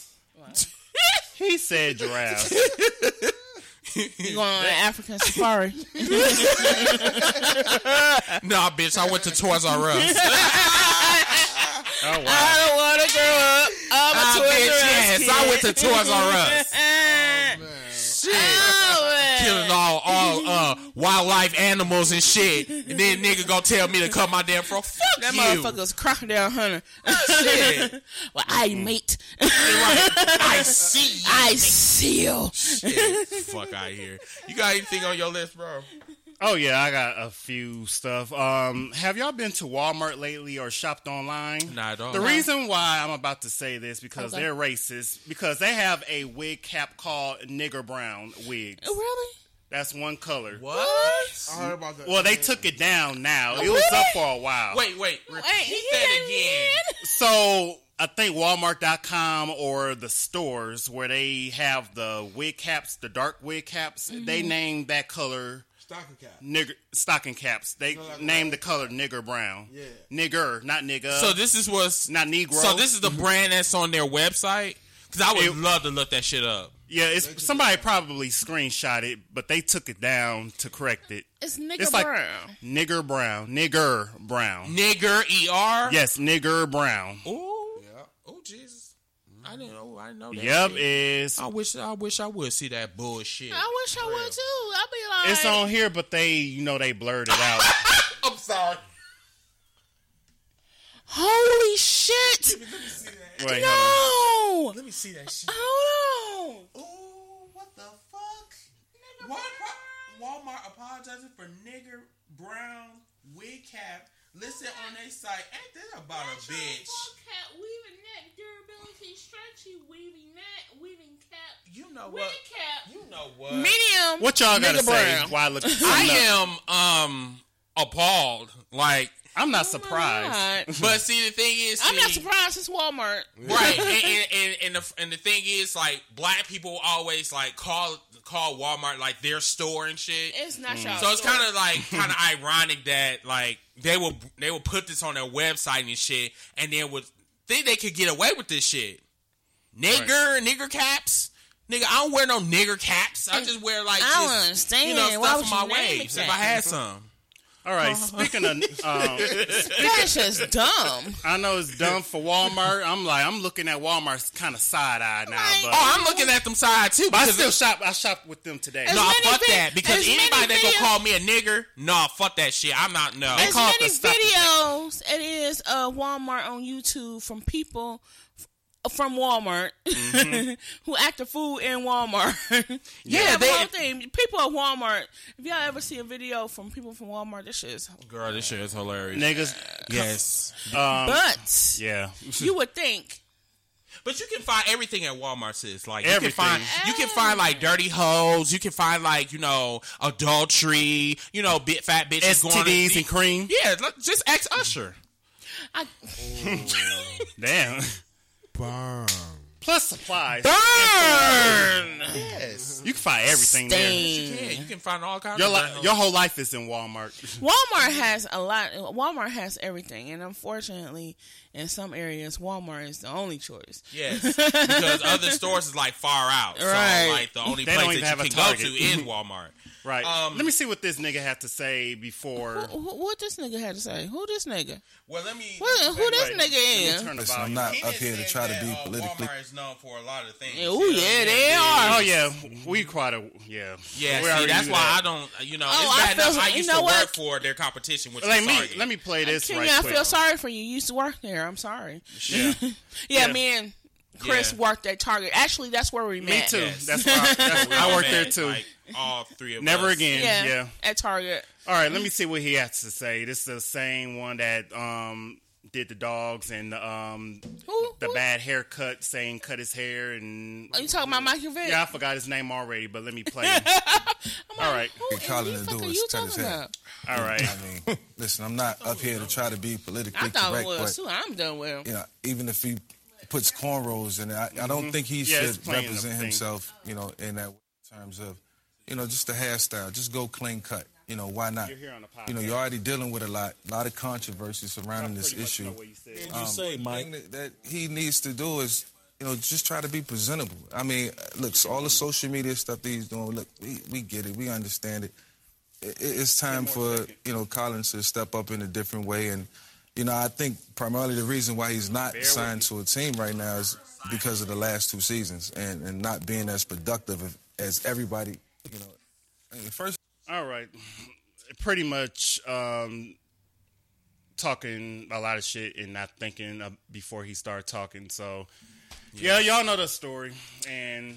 S2: he said giraffe.
S1: You going on an African safari?
S3: Nah, bitch, I went to Toys R Us.
S2: Oh wow.
S1: I don't want to grow up.
S3: Ah,
S1: I'm a Toys R
S3: bitch,
S1: Us
S3: yes,
S1: kid.
S3: I went to Toys R Us.
S1: Uh, Oh,
S3: Killing all all uh, wildlife animals and shit, and then nigga gonna tell me to cut my damn fro. Fuck
S1: that
S3: you.
S1: motherfucker's crocodile hunter.
S3: Shit.
S1: well, I mate.
S3: I see.
S1: I seal.
S3: Shit. Fuck out here. You got anything on your list, bro?
S2: Oh yeah, I got a few stuff. Um, have y'all been to Walmart lately or shopped online?
S3: Not at all.
S2: The reason why I'm about to say this because
S1: Okay.
S2: they're racist because they have a wig cap called nigger brown wig.
S1: Really?
S2: That's one color.
S3: What?
S4: I heard about uh, that.
S2: Well, they took it down now. It was up for a while.
S3: Wait, wait. Repeat
S1: he
S3: that
S1: got
S3: again.
S2: So I think Walmart.com or the stores where they have the wig caps, the dark wig caps,
S3: Mm-hmm.
S2: they named that color
S4: stocking cap.
S2: nigger stocking caps. They
S4: like
S2: named the color nigger brown.
S4: Yeah.
S2: Nigger, not nigga.
S3: So this is what's
S2: not negro.
S3: so this is the brand that's on their website. Cause I would
S2: It-
S3: love to look that shit up.
S2: yeah. It's somebody probably screenshot it, but they took it down to correct it.
S1: It's nigga
S2: It's like-
S1: brown.
S2: Nigger brown, nigger brown.
S3: Nigger ER.
S2: Yes, nigger brown.
S3: Ooh.
S4: Yeah. Mm-hmm.
S3: Oh Jesus! I didn't know. I didn't know. That
S2: Yep,
S3: shit.
S2: is
S3: I wish. I wish I would see that bullshit.
S1: I wish I would too. I'd be like,
S2: it's on here, but they you know they blurred it out.
S3: I'm sorry.
S1: holy shit!
S2: Wait, hold on.
S1: No,
S4: Let me see that shit.
S1: hold on.
S4: Ooh, what the fuck? Why
S3: Walmart apologizing for nigger brown wig cap listed on their site. Ain't that about a
S5: Cap weaving net durability, stretchy weaving net weaving cap,
S3: You know
S5: cap.
S3: You know Uh, what?
S1: Medium.
S2: What y'all gotta
S1: nigga
S2: say?
S1: brown.
S2: Why look? I'm not,
S3: I am um appalled. Like,
S2: I'm not
S1: I'm
S2: surprised.
S1: not.
S3: but see, the thing is,
S1: Oh I'm not
S3: see-
S1: surprised. It's Walmart.
S3: right? And and, and, and, the, and the thing is, like, black people always like call call Walmart like their store and shit.
S1: It's not y'all.
S3: Mm. So it's kind of like kind of ironic that like they will they will put this on their website and shit, and then would think they could get away with this shit. Nigger, nigger caps, nigga. I don't wear no nigger caps. I just wear like
S1: I don't
S3: just,
S1: understand.
S3: You know,
S1: Why
S3: stuff
S1: would
S3: for
S1: you
S3: my
S1: name it
S3: waves. If I
S1: that?
S3: had some,
S2: All right, speaking of, um,
S1: that's just dumb.
S2: I know it's dumb for Walmart. I'm like, I'm looking at Walmart's kind of side eye now,
S1: Like-
S2: but,
S3: oh, I'm looking at them side too.
S2: but I
S3: because
S2: still shop. I shop with them today.
S1: As
S3: No,
S1: many
S3: fuck
S1: vi-
S3: that.
S1: as
S3: Because
S1: many
S3: anybody that gonna
S1: videos-
S3: call me a nigger, nah, fuck that shit. I'm not no.
S2: They
S1: as
S2: call it
S1: many
S2: the stop and
S1: videos it is uh, Walmart on YouTube from people f- from Walmart
S2: Mm-hmm.
S1: who act the fool in Walmart. yeah,
S3: Yeah,
S1: the
S3: they-
S1: whole thing. People at Walmart. If y'all ever see a video from people from Walmart, this shit is.
S3: Girl, this shit is hilarious.
S2: Niggas,
S3: Yes,
S2: um,
S1: But
S2: yeah,
S1: you would think
S3: but you can find everything at Walmart, sis. Like
S2: Everything.
S3: you can find, you can find like dirty hoes. You can find like you know adultery. You know, bit fat bitches going.
S2: STDs and cream.
S3: yeah, look, just ex Usher.
S1: I,
S2: Damn.
S4: Bomb.
S2: Plus supplies.
S3: Burn.
S4: Yes.
S2: You can find everything
S3: Yeah,
S1: Stain.
S3: you can find all kinds
S2: there. Your,
S3: of
S2: li-
S3: burn
S2: your whole life is in Walmart.
S1: Walmart has a lot. Walmart has everything, and unfortunately, in some areas, Walmart is the only choice.
S3: Yes, because other stores is like far out.
S1: Right.
S3: So like the only
S2: They don't
S3: place
S2: even
S3: that
S2: have a
S3: you can go
S2: Target.
S3: to is Walmart.
S2: Right.
S3: Um,
S2: Let me see what this nigga had to say before.
S1: Who, who, what this nigga had to say? Who this nigga?
S3: Well, let me.
S1: Who, who this
S2: Wait,
S1: nigga
S2: let
S1: is?
S2: me turn the
S6: Listen, I'm
S2: volume.
S6: not
S3: He
S6: up
S3: just
S6: here to
S3: said
S6: try
S3: that,
S6: to be
S3: uh,
S6: politically.
S3: Walmart is known for a lot of things.
S1: Oh yeah, they
S2: Oh
S1: are.
S2: yeah, we quite a yeah.
S3: Yeah,
S2: We
S3: see,
S2: already
S3: that's
S2: knew
S3: why
S2: that.
S3: I don't. uh, You know,
S1: Oh,
S3: it's
S1: I
S3: bad
S1: feel
S3: enough
S1: so-
S3: I
S1: you
S3: used
S1: know
S3: to
S1: what?
S3: work for their competition, which
S2: Let
S3: is
S2: me
S3: Target.
S2: let me play this
S1: Kimmy,
S2: right
S1: I
S2: quick.
S1: feel sorry for you. You used to work there. I'm sorry.
S2: Yeah,
S1: Yeah,
S2: Yeah.
S1: me and Chris
S3: Yeah.
S1: worked at Target. Actually, that's where we met.
S2: me too.
S3: Yes.
S2: That's why I, that's why I
S3: Oh,
S2: work there
S3: man,
S2: too.
S3: Like, all three of
S2: Never
S3: us.
S2: again.
S1: Yeah,
S2: yeah.
S1: at Target.
S2: All right, let me see what he has to say. This is the same one that um did the dogs and um
S1: Who?
S2: the
S1: who?
S2: bad haircut, saying cut his hair and
S1: Are Oh, you talking about Michael Vick?
S2: yeah, I forgot his name already, but let me play. it. all right,
S1: Who in
S6: Colin
S1: the
S6: to
S1: fuck
S6: do
S1: are
S6: is
S1: you
S6: cut his
S1: talking
S6: hair.
S1: about?
S2: all right.
S6: I mean, listen, I'm not up here to try to be
S1: I
S6: politically
S1: thought it
S6: correct,
S1: was
S6: but
S1: too. I'm done with him.
S6: you know, even if he puts cornrows in it, I, I don't think he
S2: Mm-hmm. Yeah, it's
S6: should
S2: playing the
S6: represent
S2: thing.
S6: himself, you know, in that way, in terms of, you know, just the hairstyle. Just go clean cut. You know, why not?
S2: You're here on the podcast.
S6: You know, you're already dealing with a lot, lot of controversy surrounding this
S2: Pretty much
S6: issue.
S2: know what you said.
S6: Um, thing that, that he needs to do is, you know, just try to be presentable. I mean, look, so all the social media stuff that he's doing, look, we, we get it, we understand it. I- I- It's time for, you know, Collins to step up in a different way. And, you know, I think primarily the reason why he's not signed to a team right now is because of the last two seasons and, and not being as productive as everybody, you know. I mean, First,
S2: All right. Pretty much um, talking a lot of shit and not thinking uh, before he started talking. So, yeah. y'all know the story. And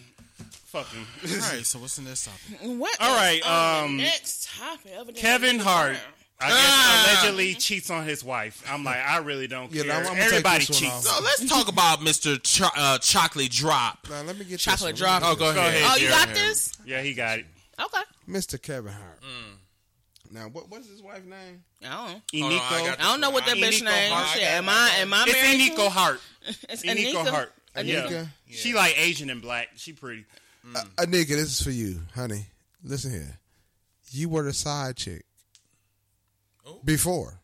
S2: fucking.
S3: All right, so what's in this topic?
S1: What?
S2: All
S1: is
S2: right,
S1: on
S2: um,
S1: the next topic. Other than
S2: Kevin Hart. I guess
S3: Ah.
S2: allegedly cheats on his wife. I'm like, I really don't
S4: Yeah,
S2: care.
S4: now I'm gonna take
S2: Everybody
S4: this one
S2: cheats.
S4: off.
S3: So let's talk about Mr. Cho- uh, Chocolate Drop.
S4: Now let me get
S1: Chocolate
S4: this one.
S1: drop. Oh,
S3: go
S2: ahead.
S1: you
S3: Jeremy.
S1: got this?
S2: Yeah, he got it.
S1: Okay.
S4: Mr. Kevin Hart. Now what what's his wife's name?
S1: I don't. know.
S3: Hold on, I
S2: Eniko.
S3: got
S1: I don't know what that
S2: Inigo
S1: bitch name.
S2: Hart.
S1: Shit, am I? Am I married? to
S2: It's Eniko
S1: him?
S2: Hart.
S1: It's
S2: Eniko Hart.
S1: Anika?
S2: Yeah.
S4: Anika?
S2: She like Asian and black. She pretty.
S4: Uh, nigga, this is for you, honey. Listen here. You were the side chick
S3: Oh.
S4: before,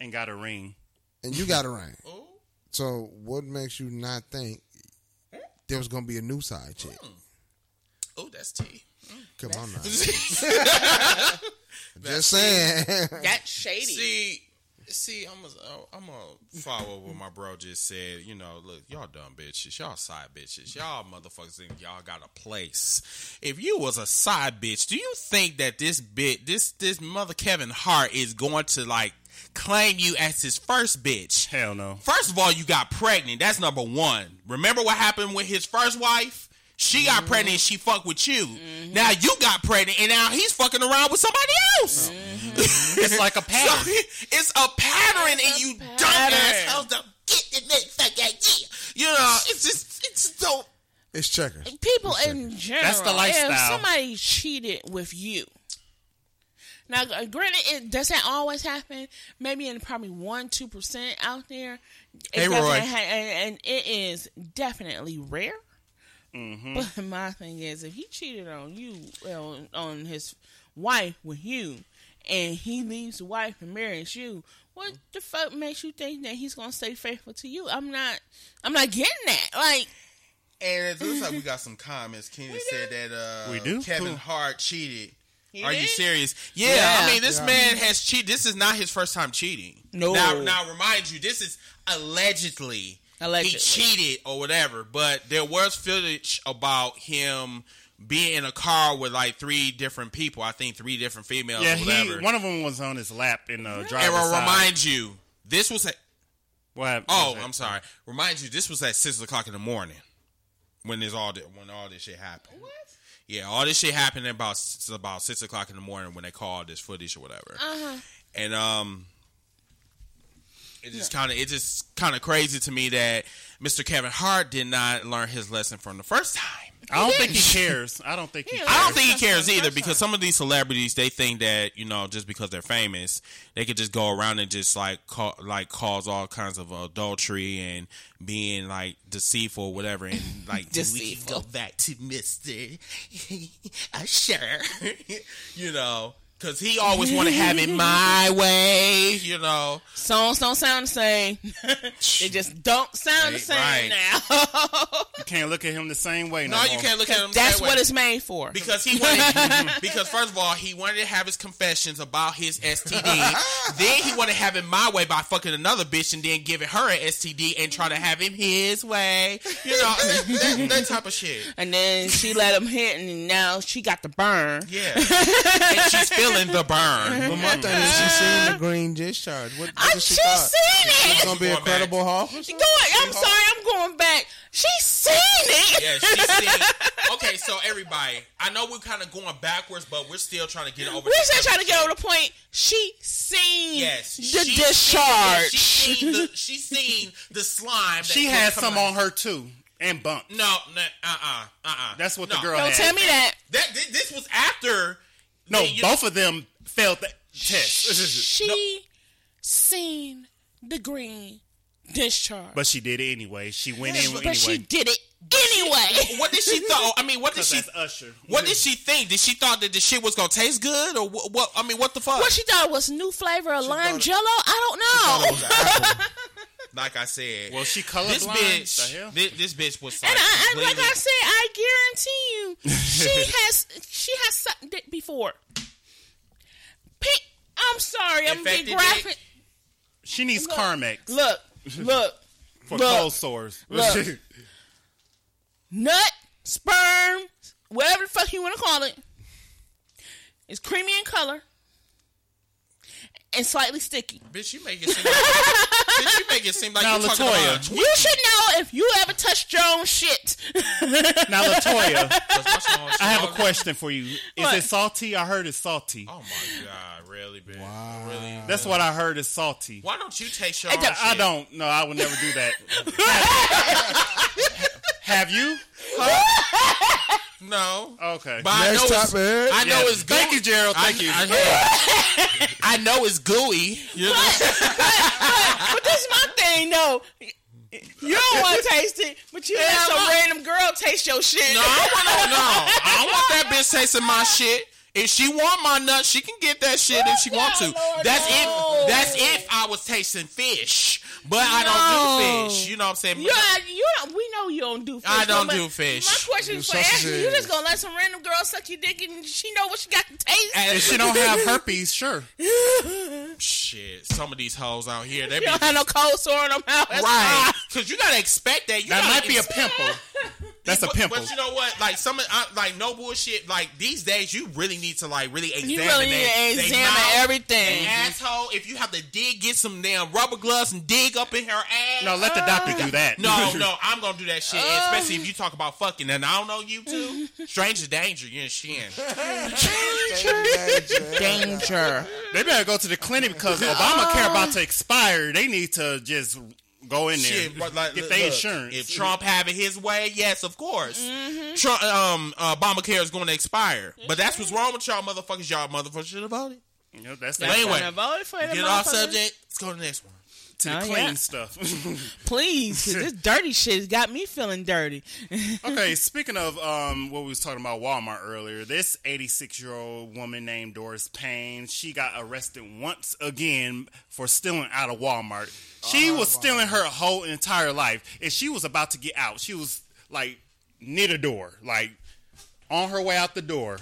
S2: And got a ring.
S4: and you got a ring.
S3: Ooh.
S4: So what makes you not think there was gonna be a new side chick?
S3: Oh, that's tea.
S4: Come on now. Just saying.
S1: That's shady.
S3: See, see, I'm a, I'm a follow what my bro just said. You know, look, y'all dumb bitches, y'all side bitches, y'all motherfuckers, think y'all got a place. If you was a side bitch, do you think that this bit, this this mother Kevin Hart is going to like claim you as his first bitch?
S2: Hell no.
S3: First of all, you got pregnant. That's number one. Remember what happened with his first wife? She got pregnant. She fucked with you. Now you got pregnant, and now he's fucking around with somebody else.
S2: It's like a
S3: So,
S2: pattern.
S3: it's a pattern, and you dumbass
S1: pattern.
S3: hoes don't get the next fuck idea. You know, it's just it's so.
S4: It's checkers.
S1: people in general.
S2: That's the
S1: If
S2: lifestyle.
S1: somebody cheated with you, now uh, granted, it, does that always happen? Maybe in probably one two percent out there. It
S3: Hey, Roy.
S1: definitely ha- and, and it is definitely rare.
S3: Mm-hmm.
S1: But my thing is, if he cheated on you on, on his wife with you, and he leaves the wife and marries you, what the fuck makes you think that he's gonna stay faithful to you? I'm not. I'm not getting that. Like,
S7: And it looks like we got some comments. Kenya said that uh,
S2: We do?
S7: Kevin
S2: Cool.
S7: Hart cheated.
S1: he
S3: Are you
S1: did.
S3: serious? Yeah,
S1: Yeah.
S3: I mean, this man has cheated. This is not his first time cheating.
S1: No.
S3: Now, now, remind you, this is allegedly,
S1: Allegedly.
S3: he cheated or whatever. But there was footage about him being in a car with like three different people. I think three different females.
S2: Yeah,
S3: or
S2: he,
S3: whatever.
S2: one of them was on his lap in the
S3: and
S2: driver's
S3: will
S2: side.
S3: remind you, this was at
S2: What happened?
S3: oh,
S2: What
S3: I'm
S2: was
S3: sorry. Remind you, this was at six o'clock in the morning when this all thi- when all this shit happened.
S1: What?
S3: Yeah, all this shit happened at about s- about six o'clock in the morning when they called this footage or whatever.
S1: Uh-huh.
S3: and um it just kind of it just kind of crazy to me that Mr. Kevin Hart did not learn his lesson from the first time.
S2: that? I don't think he cares. I don't think he
S1: Yeah.
S2: cares.
S3: I don't think he cares
S1: That's
S3: either
S1: awesome.
S3: because some of these celebrities they think that you know just because they're famous they could just go around and just like ca- like cause all kinds of adultery and being like deceitful or whatever and like we can
S1: Deceitful.
S3: go back to Mister uh, sure you know because he always want to have it my way you know
S1: Songs don't sound the same. they just don't sound the same
S3: Right.
S1: now.
S2: You can't look at him the same way. No,
S3: no
S2: more.
S3: you can't look at him that
S1: That's
S3: way.
S1: what it's made for.
S3: because he wanted because first of all he wanted to have his confessions about his STD. then he wanted to have it my way by fucking another bitch and then giving her an STD and try to have him his way. You know that, that- that type of shit.
S1: and then she let him hit, and now she got the burn.
S3: Yeah, and she's feeling the burn.
S4: But my thing is, she seen the green discharge. What, what
S1: I,
S4: does
S1: she
S4: she
S1: seen
S4: thought?
S1: it.
S4: It's gonna be a
S3: Going back.
S4: credible haul.
S1: Go on. I'm sorry. I'm going back. She seen it.
S3: Yeah, she's seeing. Okay, so everybody, I know we're kind of going backwards, but we're still trying to get over.
S1: We're
S3: this.
S1: still trying to get over the point. She seen
S3: Yes,
S1: the
S3: she seen-
S1: discharge.
S3: She seen the, she seen the slime. That
S2: She
S3: was
S2: had
S3: coming
S2: some
S3: out.
S2: on her too, and bump.
S3: No, no, uh, uh, uh, uh.
S2: That's what the girl
S1: Don't
S2: had.
S1: tell me that.
S3: That thi- this was after.
S2: No,
S3: you-
S2: both of them failed the test,
S1: She seen the green discharge.
S2: but she did it anyway. She went in
S1: But
S2: anyway.
S1: she did it anyway.
S3: What did she thought? I mean, what did
S2: 'Cause
S3: she?
S2: that's Usher.
S3: What did she think? Did she thought that the shit was gonna taste good, or what? what I mean, what the fuck?
S1: What she thought was new flavor of lime jello? I don't know.
S3: like I said,
S2: Well, she
S3: this
S2: colorblind. the hell?
S3: bitch, thi- this, bitch was like,
S1: And I, I, like
S3: completely-
S1: I said, I guarantee you, she has she has sucked dick before. Pick, I'm sorry, I'm
S3: Infected
S1: getting graphic.
S2: She needs
S1: Look.
S2: Carmex
S1: Look, look,
S2: for
S1: look.
S2: cold sores.
S1: Look. nut, sperm, whatever the fuck you want to call it, it's creamy in color and slightly sticky.
S3: bitch, you make it seem like, bitch, you make it seem like
S2: Now,
S3: you talking
S2: Latoya.
S3: about a tw-
S1: You should know if you ever touched your own shit.
S2: now, Latoya,
S3: What's wrong with
S2: I have a
S3: you?
S2: question for you. Is
S1: What?
S2: it salty? I heard it's salty.
S3: Oh my god, really, bitch? Really?
S2: That's what I heard is salty.
S3: Why don't you taste your? own
S2: I- I
S3: shit?
S2: don't. No, I would never do that. have you?
S3: No.
S2: Okay.
S3: But I know
S4: Next
S3: it's-
S4: topic.
S3: I know
S2: Yeah.
S3: it's gooey.
S2: Thank you, Gerald. Thank
S3: I,
S2: you.
S3: I- I know it's gooey. You know?
S1: But this is my thing, though. You don't want to taste it, but you let some random girl taste your shit.
S3: No, I want no, no. I don't want that bitch tasting my shit. If she want my nuts, she can get that shit if she want to. That's
S1: no.
S3: if that's if I was tasting fish, but I don't
S1: No.
S3: do fish. You know what I'm saying?
S1: You, you don't, we know you don't do fish.
S3: I don't
S1: but
S3: do fish.
S1: My question is for
S4: sausages.
S1: Ashley. You just gonna let some random girl suck your dick and she know what she got to taste?
S2: if she don't have herpes, sure.
S3: Shit, some of these hoes out here, they
S1: you
S3: be
S1: don't have no cold sore in them mouth. That's
S3: right because you gotta expect that. You
S2: That
S3: gotta
S2: might be a
S3: expect-
S2: pimple. That's a
S3: But-
S2: pimple.
S3: But you know what? Like some, of- I, like no bullshit. Like these days, you really need to like really
S1: fine.
S3: examine.
S1: You really need
S3: they-
S1: to
S3: they
S1: examine
S3: mouth,
S1: everything.
S3: asshole. If you have to dig, get some damn rubber gloves and dig up in her ass.
S2: No, let the doctor do that.
S3: No, no, I'm gonna do that shit, especially if you talk about fucking, and I don't know you too. Stranger danger, you're in shin.
S1: Danger. Oh.
S2: They better go to the clinic because Obamacare about to expire. They need to just go in there
S3: Shit, but like,
S2: get
S3: look,
S2: their
S3: look,
S2: insurance.
S3: If Trump having his way, yes, of course. Trump, um, uh, Obamacare is going to expire, but that's what's wrong with y'all motherfuckers. Y'all motherfuckers should have voted.
S2: You know, that's
S1: Y'all
S2: that-
S3: anyway,
S1: shouldn't have voted for the
S3: Get off
S1: motherfucker.
S3: subject. Let's go to the next one.
S2: to the
S1: Oh,
S2: clean
S1: yeah.
S2: stuff.
S1: Please, 'cause this dirty shit has got me feeling dirty.
S2: okay, speaking of um, what we was talking about Walmart earlier, this 86 year old woman named Doris Payne, she got arrested once again for stealing out of Walmart. She was stealing her whole entire life, and she was about to get out. She was like near the door, like on her way out the door.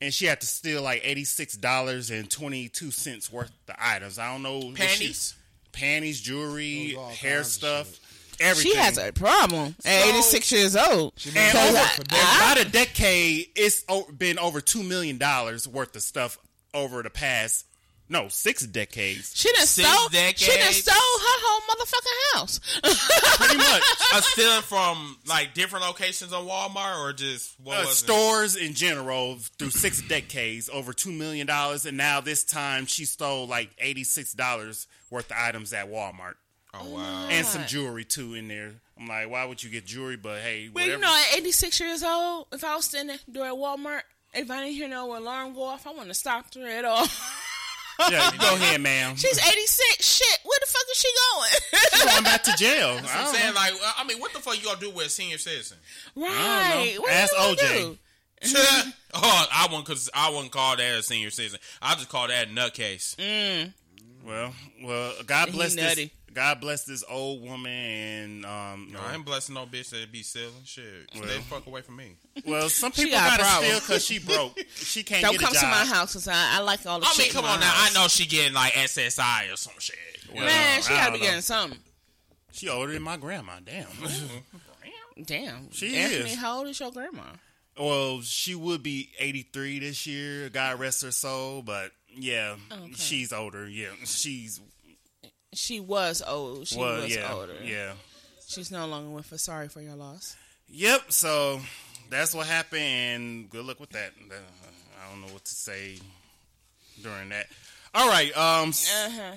S2: And she had to steal like eighty six dollars and twenty two cents worth of items. I don't know what she-
S3: Panties?
S2: panties, jewelry,
S4: Those all
S2: hair
S4: kinds of
S2: stuff, everything.
S1: She has a problem at 86 years old.
S2: And
S1: Because
S2: over,
S1: I-
S2: and
S1: I-
S2: about a decade, it's o- been over two million dollars worth of stuff over the past no six decades,
S1: she done
S3: Six
S1: stole. She done
S3: decades.
S1: stole her whole motherfucking house.
S2: pretty much.
S3: Uh, stealing from like different locations on Walmart or just what
S2: Uh,
S3: was it?
S2: stores in general through six decades over two million dollars, and now this time she stole like eighty six dollars worth of items at Walmart
S3: Oh wow.
S2: and some jewelry too in there. I'm like, why would you get jewelry? But hey,
S1: Well,
S2: whatever.
S1: you know, at 86 years old, if I was standing at the door at Walmart, if I didn't hear no alarm go off, I wouldn't have stopped her at all.
S2: yeah, you go ahead, ma'am.
S1: She's 86. Shit, where the fuck is she
S2: She's going back to jail. I
S3: I'm
S2: don't
S3: saying like uh, I mean what the fuck you gonna do with a senior citizen?
S1: going?
S2: I don't
S1: right.
S2: know.
S1: What
S2: Ask
S1: you gonna
S2: OJ.
S1: do?
S3: oh, I wouldn't cause I wouldn't call that a senior citizen. I just call that a nutcase.
S1: Mm.
S2: Well, well, God
S1: He
S2: bless this.
S1: nutty.
S2: God bless this old woman, and um, you know,
S3: I ain't blessing no bitch that be stealing shit. Stay the fuck away from me.
S2: well, some people
S1: got a
S2: got to
S1: problem.
S2: steal because she broke. She can't
S1: Don't
S2: get
S1: come
S2: a job.
S1: to my house because I, I like all the
S3: I
S1: shit.
S3: mean,
S1: in
S3: come
S1: my
S3: on now. I
S1: house.
S3: know she getting like SSI or some shit.
S2: Well,
S1: Man, she
S2: I
S1: gotta
S2: don't
S1: be
S2: know.
S1: getting something.
S2: She older than my grandma. Damn.
S1: Damn.
S2: She
S1: Anthony,
S2: is.
S1: how old is your grandma?
S2: well, she would be eighty three this year. God rest her soul. But yeah,
S1: Okay.
S2: she's older. Yeah, she's
S1: She was old. She
S2: well,
S1: was
S2: yeah,
S1: older.
S2: yeah,
S1: She's no longer with us. Sorry for your loss.
S2: yep. So that's what happened, and good luck with that. Uh, I don't know what to say during that. All right. Um.
S1: Uh-huh.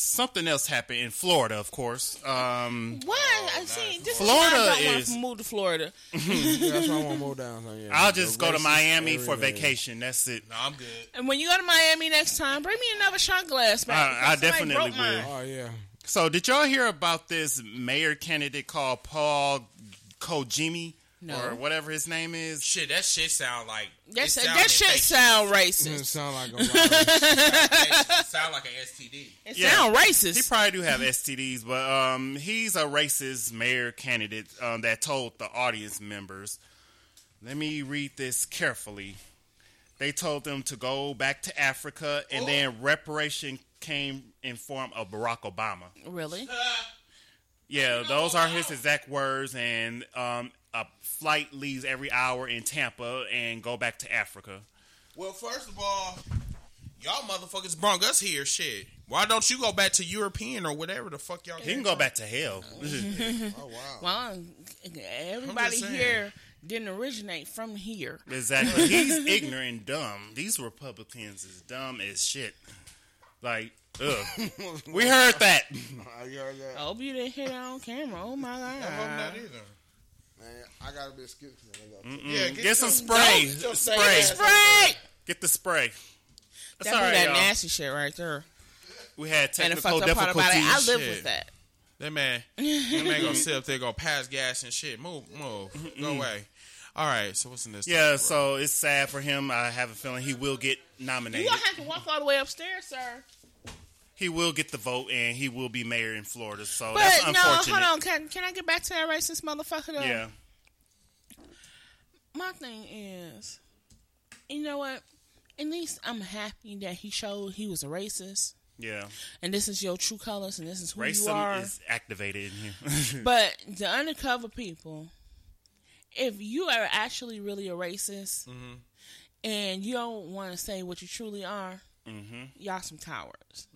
S2: something else happened in Florida, of course. Um,
S1: What?
S3: Oh,
S1: I see. This
S2: Florida
S1: is why I don't want
S2: is-
S1: to move to Florida.
S4: Yeah, that's why I want more down. So yeah,
S2: I'll just
S4: The
S2: go to
S4: racist
S2: Miami for
S4: everything.
S2: vacation. That's it.
S3: No, I'm good.
S1: And when you go to Miami next time, bring me another shot glass back.
S2: I- I
S1: because somebody
S2: definitely
S1: broke mine.
S2: will.
S4: Oh yeah,
S2: So, did y'all hear about this mayor candidate called Paul Kojimi
S1: No.
S2: or whatever his name is?
S3: Shit, that shit sound like
S1: That's,
S3: it
S1: that shit sound
S4: doesn't
S2: Mm-hmm.
S1: racist.
S4: sound like a lot.
S3: sound, sound like an STD.
S1: It
S2: Yeah.
S1: sound
S2: He
S1: racist.
S2: probably do have STDs, but um, he's a racist mayor candidate um, that told the audience members. Let me read this carefully. They told them to go back to Africa, and then reparation came in form of Barack Obama.
S1: really?
S2: Yeah, those are his exact words. And um, a flight leaves every hour in Tampa and go back to Africa.
S3: Well, first of all, y'all motherfuckers brung us here. Shit. Why don't you go back to European or whatever the fuck y'all?
S2: He can go back to hell.
S1: Well, everybody
S3: saying.
S1: here didn't originate from here.
S2: exactly. He's ignorant and dumb. These Republicans is dumb as shit. Like, ugh. we heard that.
S4: I heard
S1: I
S4: that.
S1: hope you didn't hear that on camera. Oh my god.
S4: Man, I gotta be excused.
S3: Yeah,
S2: Get some spray. Spray.
S1: Spray.
S2: Get the spray.
S1: That
S2: Sorry,
S1: that
S2: y'all.
S1: nasty shit right there.
S2: We had
S1: And the
S2: technical
S1: fucked up part
S2: difficulties.
S1: about it, I live
S3: Shit.
S1: with that.
S3: That man, that man gonna sit up there, go pass gas and shit. Move, move, go away. All right, so what's in this?
S2: Mm-hmm. yeah,
S3: topic, bro?
S2: so it's sad for him. I have a feeling he will get
S1: You
S2: nominated.
S1: gonna have to walk all the way upstairs, sir.
S2: He will get the vote, and he will be mayor in Florida. So that's
S1: But no,
S2: unfortunate.
S1: hold on. Can, can I get back to that racist motherfucker? Though?
S2: Yeah.
S1: My thing is, you know what? At least I'm happy that he showed he was a racist,
S2: Yeah,
S1: and this is your true colors, and this is who you are.
S2: racism is activated in him.
S1: But the undercover people, if you are actually really a racist
S2: Mm-hmm.
S1: and you don't want to say what you truly are,
S2: Mm-hmm.
S1: y'all some cowards.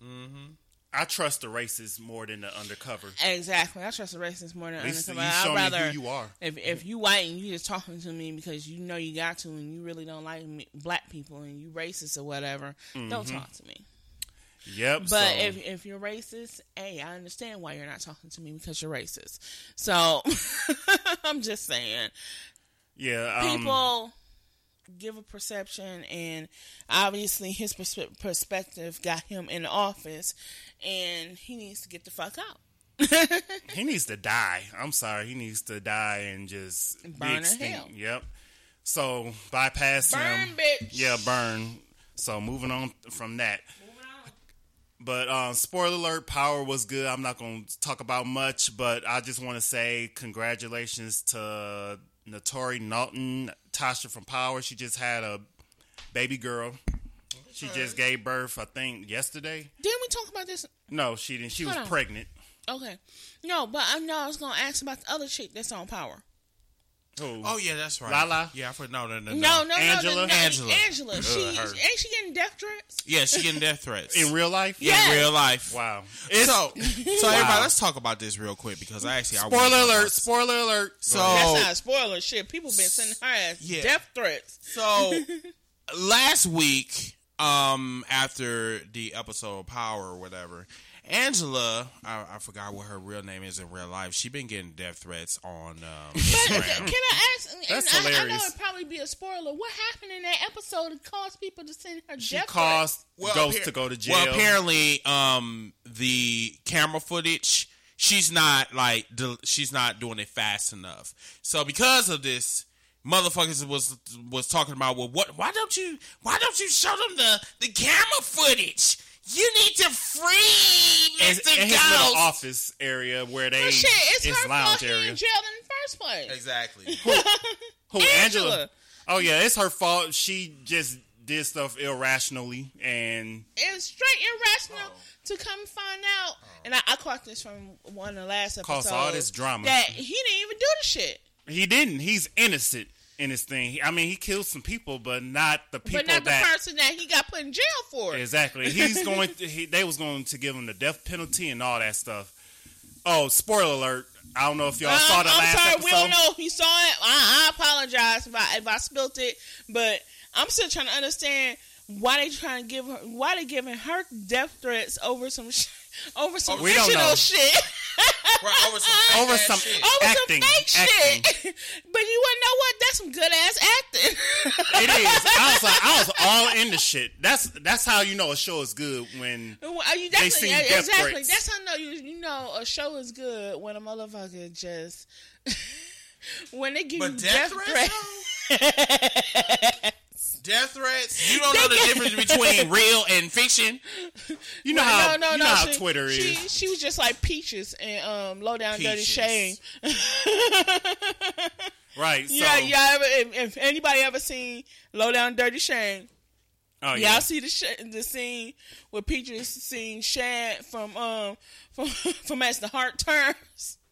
S2: I trust the racist more than the undercover.
S1: Exactly. I trust a racist more than
S2: At least you
S1: undercover.
S2: show
S1: I'd
S2: me
S1: rather
S2: who you are.
S1: if if you white and you just talking to me because you know you got to and you really don't like me, black people and you racist or whatever, don't talk to me.
S2: Yep.
S1: But
S2: Mm-hmm. so,
S1: if if you're racist, hey, I understand why you're not talking to me because you're racist. So I'm just saying.
S2: yeah, um,
S1: people give a perception, and obviously his pers- perspective got him in the office, and he needs to get the fuck out.
S2: He needs to die. I'm sorry. He needs to die and just
S1: Burn
S2: be
S1: in
S2: extinct.
S1: hell.
S2: Yep. So bypass
S1: Burn,
S2: him.
S1: bitch.
S2: Yeah, burn. So moving on from that. But uh, spoiler alert, Power was good. I'm not going to talk about much, but I just want to say congratulations to Natori Naughton, Tasha from Power. She just had a baby girl. She just gave birth, I think, yesterday.
S1: Didn't we talk about this?
S2: No, she didn't. She was
S1: Hold on.
S2: pregnant.
S1: Okay. No, but I know I was gonna ask about the other chick that's on Power.
S2: Who?
S3: Oh yeah, that's right.
S2: Lala?
S3: Yeah, I forgot. No, no, no, no.
S1: No, no, no,
S2: Angela?
S1: the- no,
S3: Angela.
S1: Angela. She
S2: her.
S1: ain't she getting death threats?
S3: Yeah, she getting death threats
S2: In real life?
S1: Yes.
S3: In real life.
S2: Wow.
S3: so, so everybody, let's talk about this real quick because I actually I
S2: Spoiler
S3: wanna talk about
S2: alert!
S3: this.
S2: Spoiler alert! Oh.
S3: So
S1: That's not a spoiler. Shit, people been sending her ass
S3: Yeah.
S1: death threats.
S3: So last week, um, after the episode of Power or whatever, Angela, I, I forgot what her real name is in real life. She been getting death threats on um,
S1: But uh,
S3: Instagram.
S1: can I ask? And
S2: That's
S1: I, I know
S2: hilarious.
S1: it'd probably be a spoiler. What happened in that episode that caused people to send her
S2: She
S1: death
S2: caused Ghost
S3: appar-
S2: to go to jail.
S3: Well, apparently, um, the camera footage, she's not like del- she's not doing it fast enough. So because of this, motherfuckers was was talking about well, what? Why don't you? Why don't you show them the the camera footage? You need to free
S2: in,
S3: Mr.
S2: in his little
S3: Ghost.
S2: office area where they
S1: threats? Well, Oh, shit, it's
S2: his
S1: her fault
S2: lounge
S1: he
S2: area.
S1: in jail in the first place.
S3: Exactly.
S2: Who
S1: Angela.
S2: Oh yeah, it's her fault. She just did stuff irrationally, and
S1: It's straight irrational
S2: Oh.
S1: to come find out. And I, I caught this from one of the last episodes.
S2: Caused all this drama.
S1: That he didn't even do the shit.
S2: he didn't. He's innocent in this thing. I mean, he killed some people, but not the people
S1: but not the
S2: that
S1: person that he got put in jail for.
S2: exactly. He's going. To, he, they was going to give him the death penalty and all that stuff. Oh, spoiler alert! I don't know if y'all
S1: Um,
S2: saw the
S1: I'm
S2: last
S1: sorry,
S2: episode.
S1: we don't know if you saw it. I, I apologize if I, if I spilt it, but I'm still trying to understand why they trying to give her why they giving her death threats over some sh- over some
S2: Oh, We don't
S1: fictional
S2: know.
S1: shit
S3: Right, over some
S2: Over
S3: fake-ass
S2: some-
S3: shit.
S1: over some
S2: Acting,
S1: fake
S2: acting.
S1: shit. but you wouldn't know what that's some good ass acting.
S2: It is. I was like, I was all in the shit. That's that's how you know a show is good when
S1: Well, you definitely,
S2: seen
S1: yeah,
S2: death
S1: exactly.
S2: threats.
S1: That's how I know you. You know, a show is good when a motherfucker just when they give
S3: But
S1: you death,
S3: death threats,
S1: threats.
S3: death threats. You don't know the difference between real and fiction.
S2: you know how you know how
S1: she-
S2: Twitter
S1: she,
S2: is.
S1: She was just like peaches and um, low down dirty
S3: Peaches.
S1: shame.
S2: Right. So,
S1: yeah, y'all ever if, if anybody ever seen low down dirty shame,
S2: Oh,
S1: y'all see the sh- the scene where peaches seen Shad from um from from as the heart turns.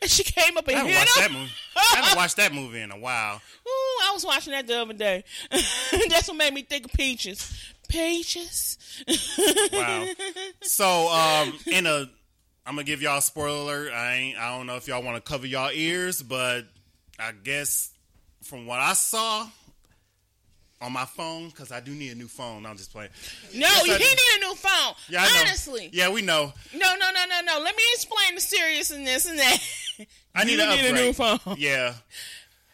S1: And she came up and
S2: I haven't
S1: hit him.
S2: watched that movie. I haven't watched that movie in a while.
S1: Ooh, I was watching that the other day. That's what made me think of peaches. Peaches.
S2: Wow. So, um, in a, I'm gonna give y'all a spoiler. alert. I ain't. I don't know if y'all want to cover y'all ears, but I guess from what I saw on my phone, because I do need a new phone. I'm just playing.
S1: No, he
S2: I do.
S1: need a new phone.
S2: Yeah, I know.
S1: Honestly.
S2: Yeah, we know.
S1: No, no, no, no, no. Let me explain the seriousness and that.
S2: I need,
S1: You
S2: an
S1: need a
S2: upgrade.
S1: new phone.
S2: Yeah.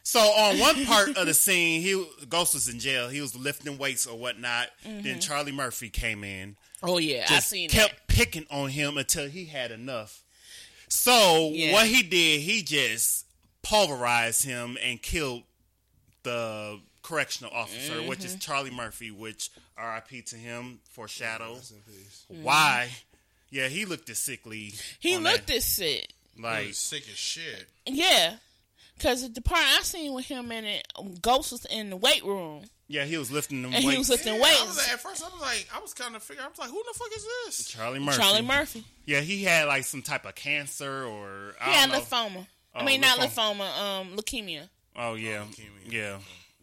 S2: So on one part of the scene, he Ghost was in jail. He was lifting weights or whatnot. Then Charlie Murphy came in.
S1: Oh yeah, Mm-hmm. I
S2: just
S1: seen
S2: kept picking on him until he had enough. So
S1: Yeah.
S2: what he did, he just pulverized him and killed the correctional officer, which
S1: Mm-hmm.
S2: is Charlie Murphy, which R.I.P. to him, foreshadow
S1: Mm-hmm.
S2: why. Yeah, he looked as sickly.
S1: that. He
S2: on
S1: looked
S2: that.
S1: as sick.
S2: like
S7: sick as shit.
S1: Yeah, because the part I seen with him in it, um, Ghost was in the weight room
S2: yeah, he was lifting them
S1: and he was
S2: weights.
S1: lifting
S7: I was
S1: weights.
S7: like, at first, I was like, I was kind of figuring. I was like, who the fuck is this?
S2: Charlie Murphy.
S1: Charlie Murphy.
S2: Yeah, he had like some type of cancer or I
S1: He had
S2: don't know.
S1: lymphoma. I
S2: Oh,
S1: mean, not
S2: lymphoma.
S1: lymphoma. Um, leukemia.
S2: Oh yeah,
S3: leukemia.
S2: yeah.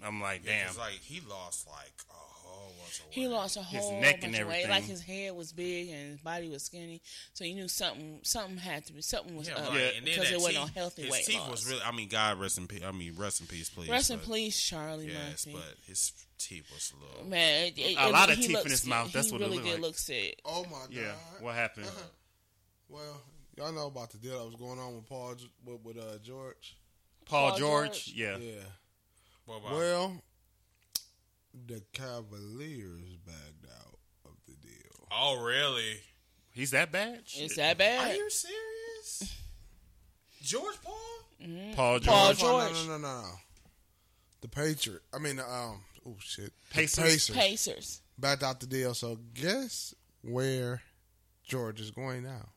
S2: I'm like, damn.
S3: It's like he lost like a whole bunch of weight.
S1: He lost a
S2: His
S1: whole
S2: neck
S1: bunch
S2: and
S1: of weight.
S2: everything.
S1: Like his head was big and his body was skinny, so you knew something. Something had to be. Something was
S3: Yeah,
S1: up
S3: right. And then
S1: uh, because
S3: that
S1: it wasn't
S3: teeth-
S1: on healthy
S3: his
S1: weight
S3: teeth
S1: loss.
S3: was really. I mean, God rest in peace. I mean, rest in peace, please.
S1: Rest in
S3: but-
S1: peace, Charlie
S3: Yes,
S1: Murphy.
S3: but his teeth was a little.
S1: Man, it, it,
S2: A
S1: it-
S2: lot of
S1: he
S2: teeth in
S1: looks-
S2: his mouth, that's
S1: he
S2: what it
S1: really
S2: look
S1: did
S2: like.
S1: look sick.
S4: Oh my god.
S2: yeah, what happened?
S4: Well, y'all know about the deal that was going on with Paul G- with, with uh, George.
S2: Paul,
S1: Paul
S2: George,
S1: George?
S2: Yeah.
S4: Yeah.
S3: Well,
S4: Well,
S8: the Cavaliers backed out of the deal.
S3: Oh, really?
S2: He's that bad?
S1: It's that bad.
S7: you serious? George Paul?
S2: Paul George.
S1: Paul
S8: Oh,
S1: George.
S8: no, no, no, no, no. The Patriot. I mean, um, oh shit,
S2: Pacers?
S8: Pacers
S1: Pacers.
S8: backed out the deal. So guess where George is going now?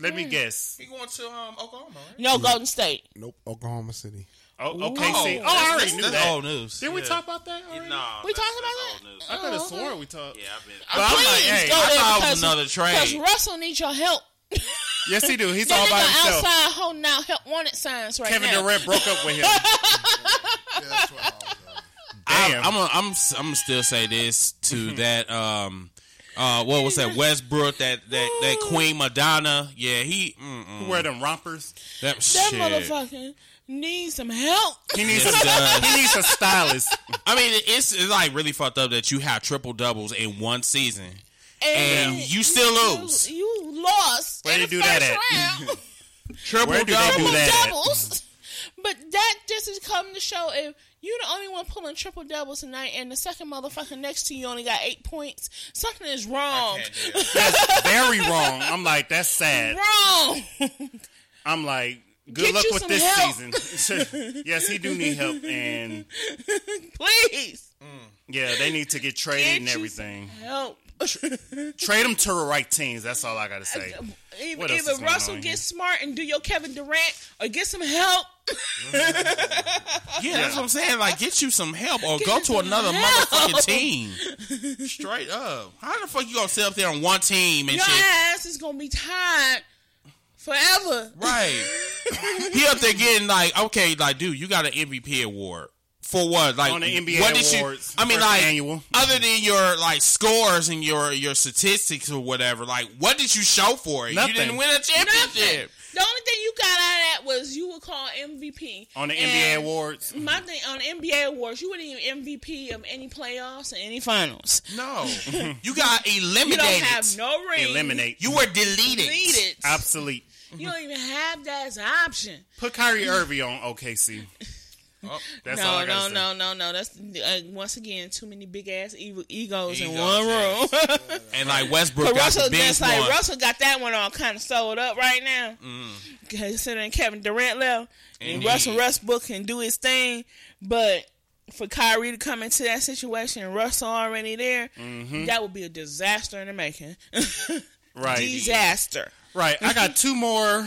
S2: Let me guess.
S7: He going to um, Oklahoma, right?
S1: No, Golden State.
S8: Nope, Oklahoma City.
S2: Oh, OKC. Oh, I already knew
S3: That's
S2: that.
S3: old news.
S2: Did we
S3: Yeah.
S2: talk about that?
S3: Yeah,
S2: Already?
S3: Nah,
S1: We
S3: that's-
S1: talking
S3: that's
S1: about
S3: old
S1: that?
S3: news.
S2: I could have
S1: Oh, okay.
S2: sworn we talked.
S3: Yeah, I've been.
S2: But I'm like,
S1: Please
S2: hey,
S1: go
S3: I
S1: there
S3: thought it was
S1: because,
S3: another trade.
S1: because Russell needs your help.
S2: Yes, he do. He's
S1: That
S2: all by
S1: nigga
S2: himself.
S1: outside holding out help wanted signs right
S2: Kevin
S1: now.
S2: Durant broke up with him.
S8: That's what I was at.
S2: Damn.
S3: I'm, I'm, a, I'm, s- I'm gonna still say this to
S1: Mm-hmm.
S3: that. Um, uh, what was that? Westbrook, that that that Queen Madonna. Yeah, he. Mm-mm,
S2: Wear them rompers.
S3: that
S1: That
S3: shit.
S1: motherfucker needs some help.
S2: He needs
S3: Yes, he
S2: a
S3: does.
S2: he needs a stylist.
S3: I mean, it's, it's like really fucked up that you have triple doubles in one season. And you still lose.
S1: You, lost.
S2: Where
S1: in
S2: you
S1: the
S2: do
S1: first
S2: that at?
S1: round.
S3: Triple
S2: Where do they do
S3: doubles.
S2: that? at?
S1: doubles. But that just is coming to show if you're the only one pulling triple doubles tonight, and the second motherfucker next to you only got eight points, something is wrong.
S2: That's very wrong. I'm like, that's sad.
S1: Wrong.
S2: I'm like, good
S1: Get
S2: luck
S1: you
S2: with
S1: some
S2: this
S1: help.
S2: season. yes, he do need help, and
S1: Please
S2: yeah, they need to get traded
S1: Get
S2: and
S1: you some
S2: everything.
S1: help.
S2: Trade them to the right teams. That's all I gotta
S1: Uh,
S2: say.
S1: Either,
S2: What else is
S1: either
S2: going
S1: Russell
S2: on
S1: gets smart and do your Kevin Durant, or get some help.
S3: Yeah, that's what I'm saying. Like, get you some help or
S1: Get
S3: go
S1: you
S3: to
S1: some
S3: another
S1: help.
S3: motherfucking team. Straight up. How the fuck you gonna sit up there on one team and
S1: Your
S3: shit?
S1: ass is gonna be tied forever.
S3: Right. he up there getting like, okay, like, dude, you got an MVP award. For what? Like
S2: On the NBA
S3: what did you-
S2: awards,
S3: I mean,
S2: first
S3: like,
S2: annual.
S3: other than your like scores and your your statistics or whatever, like, what did you show for it?
S2: Nothing.
S3: You didn't win a championship.
S1: The only thing you got out of that was you were called MVP
S2: On the NBA
S1: And
S2: awards,
S1: My thing on NBA awards, you weren't even MVP of any playoffs or any finals.
S3: No, you got eliminated.
S1: You
S3: You,
S1: don't have no ring.
S2: eliminate.
S3: were deleted.
S1: Deleted.
S2: Obsolete.
S1: You don't even have that as an option.
S2: Put Kyrie Irving on OKC. That's all
S1: no,
S2: I gotta
S1: no,
S2: say.
S1: no, no, no. That's uh, once again too many big ass evil egos in
S3: Egos,
S1: one room.
S3: yes. And like Westbrook
S1: but
S3: got
S1: Russell,
S3: the bench
S1: that's like
S3: one.
S1: Russell got that one all kind of sold up right now.
S2: Mm.
S1: Considering Kevin Durant left, and
S3: Indeed.
S1: Russell Westbrook can do his thing, but for Kyrie to come into that situation and Russell already there, that would be a disaster in the making.
S2: Mm-hmm. Right.
S1: disaster.
S2: Right. I got two more.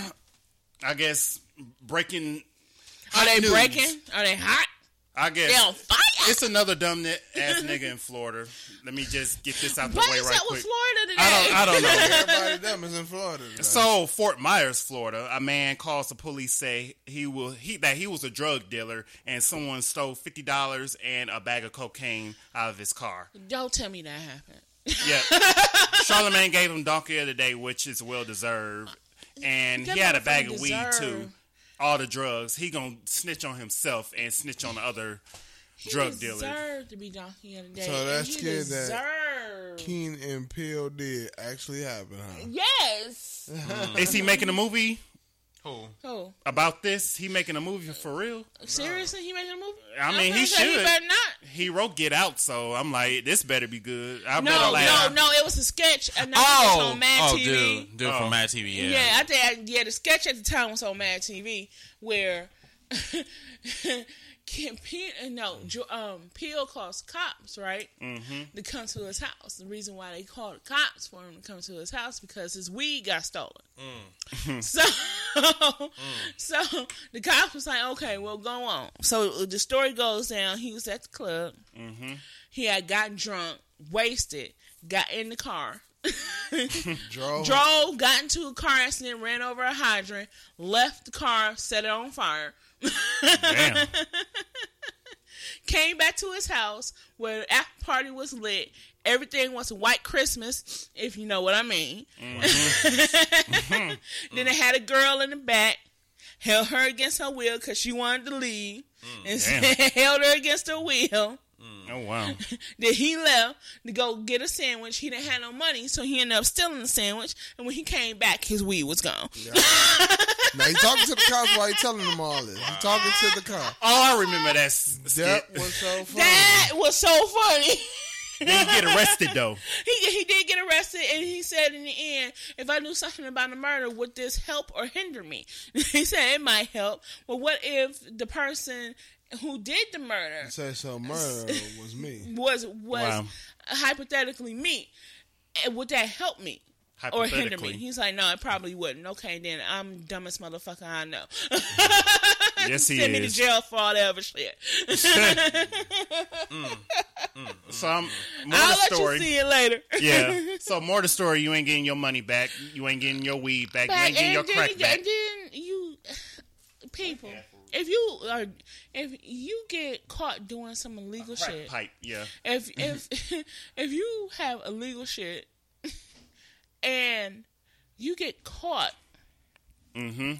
S2: I guess breaking.
S1: Are they
S2: news.
S1: breaking? Are they hot?
S2: I
S1: They
S2: guess
S1: on fire?
S2: it's another dumb ni- ass nigga in Florida. Let me just get this out the
S1: What
S2: way
S1: is
S2: right
S1: up
S2: quick.
S1: with Florida today?
S2: I don't. I don't know.
S8: Everybody them is in Florida. Today.
S2: So Fort Myers, Florida, a man calls the police say he will he that he was a drug dealer and someone stole fifty dollars and a bag of cocaine out of his car.
S1: Don't tell me that happened.
S2: Yeah, Charlemagne gave him donkey of the day, which is well deserved, and
S1: That
S2: he had a bag of
S1: motherfucker
S2: weed too.
S1: deserved.
S2: All the drugs. He gonna snitch on himself and snitch on the other drug
S1: he
S2: dealer.
S1: deserved to be donkey of the day.
S8: So
S1: and
S8: that
S1: he
S8: kid that-
S1: deserved.
S8: Keen and Peele did actually happen, huh?
S1: Yes.
S2: Is he making a movie
S1: Oh,
S2: about this? He making a movie for real?
S1: seriously? He making a movie?
S2: I mean,
S1: I'm
S2: he
S1: saying
S2: should.
S1: He better not.
S2: He wrote Get Out, so I'm like, this better be good. I
S1: No,
S2: better laugh.
S1: no, no. It was a sketch. And oh, was
S3: Oh,
S1: on Mad
S3: oh,
S1: TV.
S3: dude, dude
S2: Oh.
S3: from Mad TV.
S1: Yeah. I think I, yeah. The sketch at the time was on Mad TV where Kim Pe- uh, no Jo- um Peel calls cops right to come to his house. The reason why they called the cops for him to come to his house because his weed got stolen. So, so the cops was like, okay, well, go on. So the story goes down. He was at the club. He had gotten drunk, wasted, got in the car.
S8: Drove.
S1: drove, got into a car accident, ran over a hydrant, left the car, set it on fire,
S2: Damn.
S1: came back to his house where the after party was lit. Everything was a white Christmas, if you know what I mean. then they had a girl in the back, held her against her will because she wanted to leave, and
S2: damn.
S1: held her against her will.
S2: Oh wow.
S1: Then he left to go get a sandwich. He didn't have no money, so he ended up stealing the sandwich. And when he came back, his weed was gone.
S4: Now he talking to the cops while he telling them all this. He talking to the cops.
S2: Oh, I remember that. s- Skit.
S4: That was so funny.
S1: That
S2: Mm.
S1: was so funny.
S2: Did he get arrested though?
S1: He he did get arrested, and he said in the end, if I knew something about the murder, would this help or hinder me? he said it might help. Well, what if the person who did the murder
S4: Said so murder was me.
S1: was was
S2: Wow.
S1: hypothetically me? And Would that help me? Or hinder me.
S2: Hypothetically.
S1: He's like, no, it probably wouldn't. Okay, then I'm dumbest motherfucker I know.
S2: Yes, he
S1: Send me to
S2: is. Mm,
S1: jail for all the other shit.
S2: So I'm more
S1: I'll
S2: the
S1: let
S2: story.
S1: you see it later.
S2: Yeah. So more the story. You ain't getting your money back. You ain't getting your weed back. you ain't getting your
S1: then,
S2: crack back.
S1: and then you people, if you are, if you get caught doing some illegal
S2: Crack
S1: shit,
S2: pipe. Mm-hmm. Yeah.
S1: if if if you have illegal shit and you get caught, mm-hmm.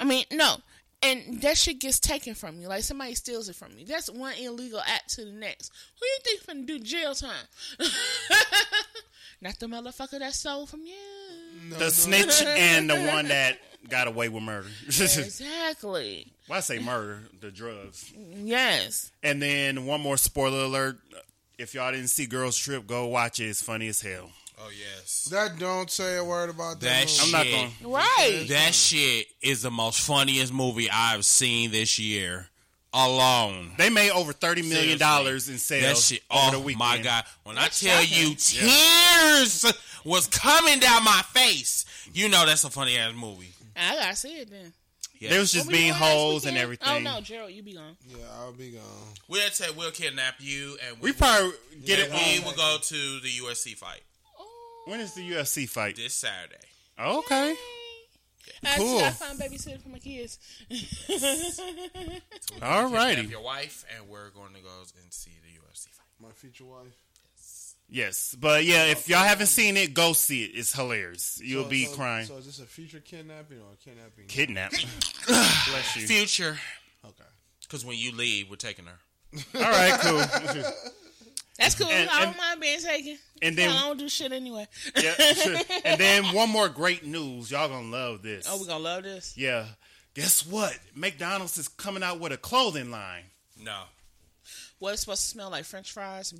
S1: I mean, no. And that shit gets taken from you, like somebody steals it from you. That's one illegal act to the next. Who you think finna do jail time? Not the motherfucker that stole from you.
S2: The snitch and the one that got away with murder.
S1: Exactly.
S2: Why I say murder? The drugs.
S1: Yes.
S2: And then one more spoiler alert. If y'all didn't see Girls Trip, go watch it. It's funny as hell.
S3: Oh yes,
S4: That don't say a word about
S3: that
S4: that.
S3: shit.
S2: I'm not going.
S1: Right.
S3: That shit is the most funniest movie I've seen this year alone.
S2: They made over thirty million dollars
S3: Seriously.
S2: in
S3: That
S2: sales
S3: shit,
S2: over the
S3: oh
S2: weekend.
S3: my god! When
S1: That's
S3: I tell
S1: shocking.
S3: you, tears was coming down my face. You know that's a funny ass movie.
S1: I gotta see it then.
S3: Yeah.
S2: They was just
S1: We
S2: being
S1: going next
S2: hoes and
S1: weekend?
S2: everything.
S1: Oh no, Gerald, you be gone.
S4: Yeah, I'll be gone.
S3: We'll take, we'll kidnap you, and we,
S2: We probably get
S3: will, we
S2: it.
S3: will go to the USC fight
S1: Oh.
S2: When is the UFC fight?
S3: this Saturday.
S2: Okay.
S1: I
S2: Cool.
S1: just gotta find babysitter for my kids.
S2: All
S3: Kidnap
S2: righty.
S3: your wife, and we're going to go and see the USC fight.
S4: My future wife.
S2: Yes, but yeah, if y'all haven't seen it, go see it. It's hilarious. You'll
S4: So-
S2: be
S4: so-
S2: crying.
S4: So is this a future kidnapping or a kidnapping?
S2: Kidnapped. Bless you.
S3: Future,
S4: okay.
S3: because when you leave, we're taking her.
S2: All right, cool.
S1: That's cool.
S2: And-
S1: I
S2: and-
S1: don't mind being taken.
S2: And
S1: Hell, I
S2: then,
S1: don't do shit anyway.
S2: yeah, and then one more great news. Y'all gonna love this.
S1: Oh, we gonna love this.
S2: Yeah. Guess what? McDonald's is coming out with a clothing line.
S3: No,
S1: Well, it's supposed to smell like French fries.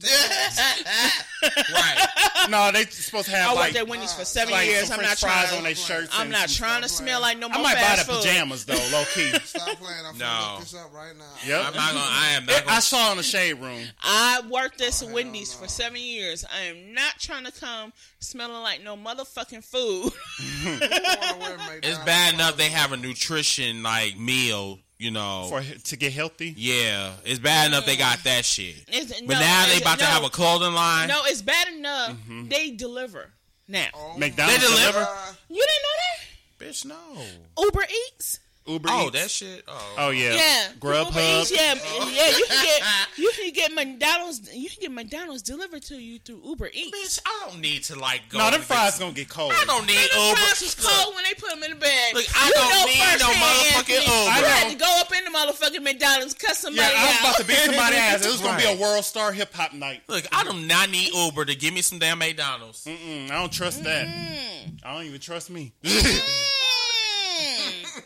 S3: right?
S2: no, they supposed to have
S1: I
S2: like,
S1: worked at Wendy's for seven
S2: like
S1: years.
S2: some
S1: I'm
S2: French
S1: not
S2: fries on
S1: trying.
S2: their shirts.
S1: I'm
S2: and
S1: not
S2: some-
S1: trying to smell like no more
S2: I might buy the
S1: fast food.
S2: pajamas though, low key.
S4: Stop playing. I'm
S3: No.
S4: gonna look this up right now.
S3: I'm
S2: Yep.
S3: not gonna. I am not
S2: I
S3: gonna.
S2: saw in the shade room.
S1: I worked at Wendy's for seven years. I am not trying to come smelling like no motherfucking food.
S4: I wanna wear
S3: It's
S4: McDonald's.
S3: bad enough they have a nutrition like meal, you
S1: Oh.
S3: know.
S2: for to get healthy.
S3: yeah, it's bad enough they got that shit.
S1: It's-
S3: But
S1: no,
S3: now they
S1: it's-
S3: about to
S1: no.
S3: have a clothing line.
S1: No, it's bad enough.
S3: Mm-hmm.
S1: They deliver now.
S2: McDonald's
S3: They deliver?
S2: deliver.
S1: You didn't
S3: Bitch, no.
S1: know that? Uber Eats.
S2: Uber
S3: Oh,
S2: Eats.
S3: that shit. Oh,
S2: Oh yeah.
S1: Yeah, Uber Eats,
S2: Grubhub.
S1: yeah, yeah. You can get you can get McDonald's. You can get McDonald's delivered to you through Uber Eats.
S3: bitch, I don't need to like go.
S2: No, them
S3: to get-
S2: fries gonna get cold.
S3: I don't need
S1: Man, them fries was
S3: Uber.
S1: cold when they put them in the bag.
S3: Look, I
S1: You
S3: don't
S1: know
S3: need
S1: firsthand,
S3: no
S1: Anthony,
S3: motherfucking Uber.
S1: You
S2: I
S1: had
S2: know.
S1: to go up in the motherfucking McDonald's, cut
S2: Yeah,
S1: somebody
S2: I was
S1: out.
S2: about to beat somebody's ass. It was gonna be a world star hip hop night.
S3: Look, I do not need Uber to give me some damn McDonald's.
S2: Mm, I don't trust that. I don't even trust me.
S1: Mm.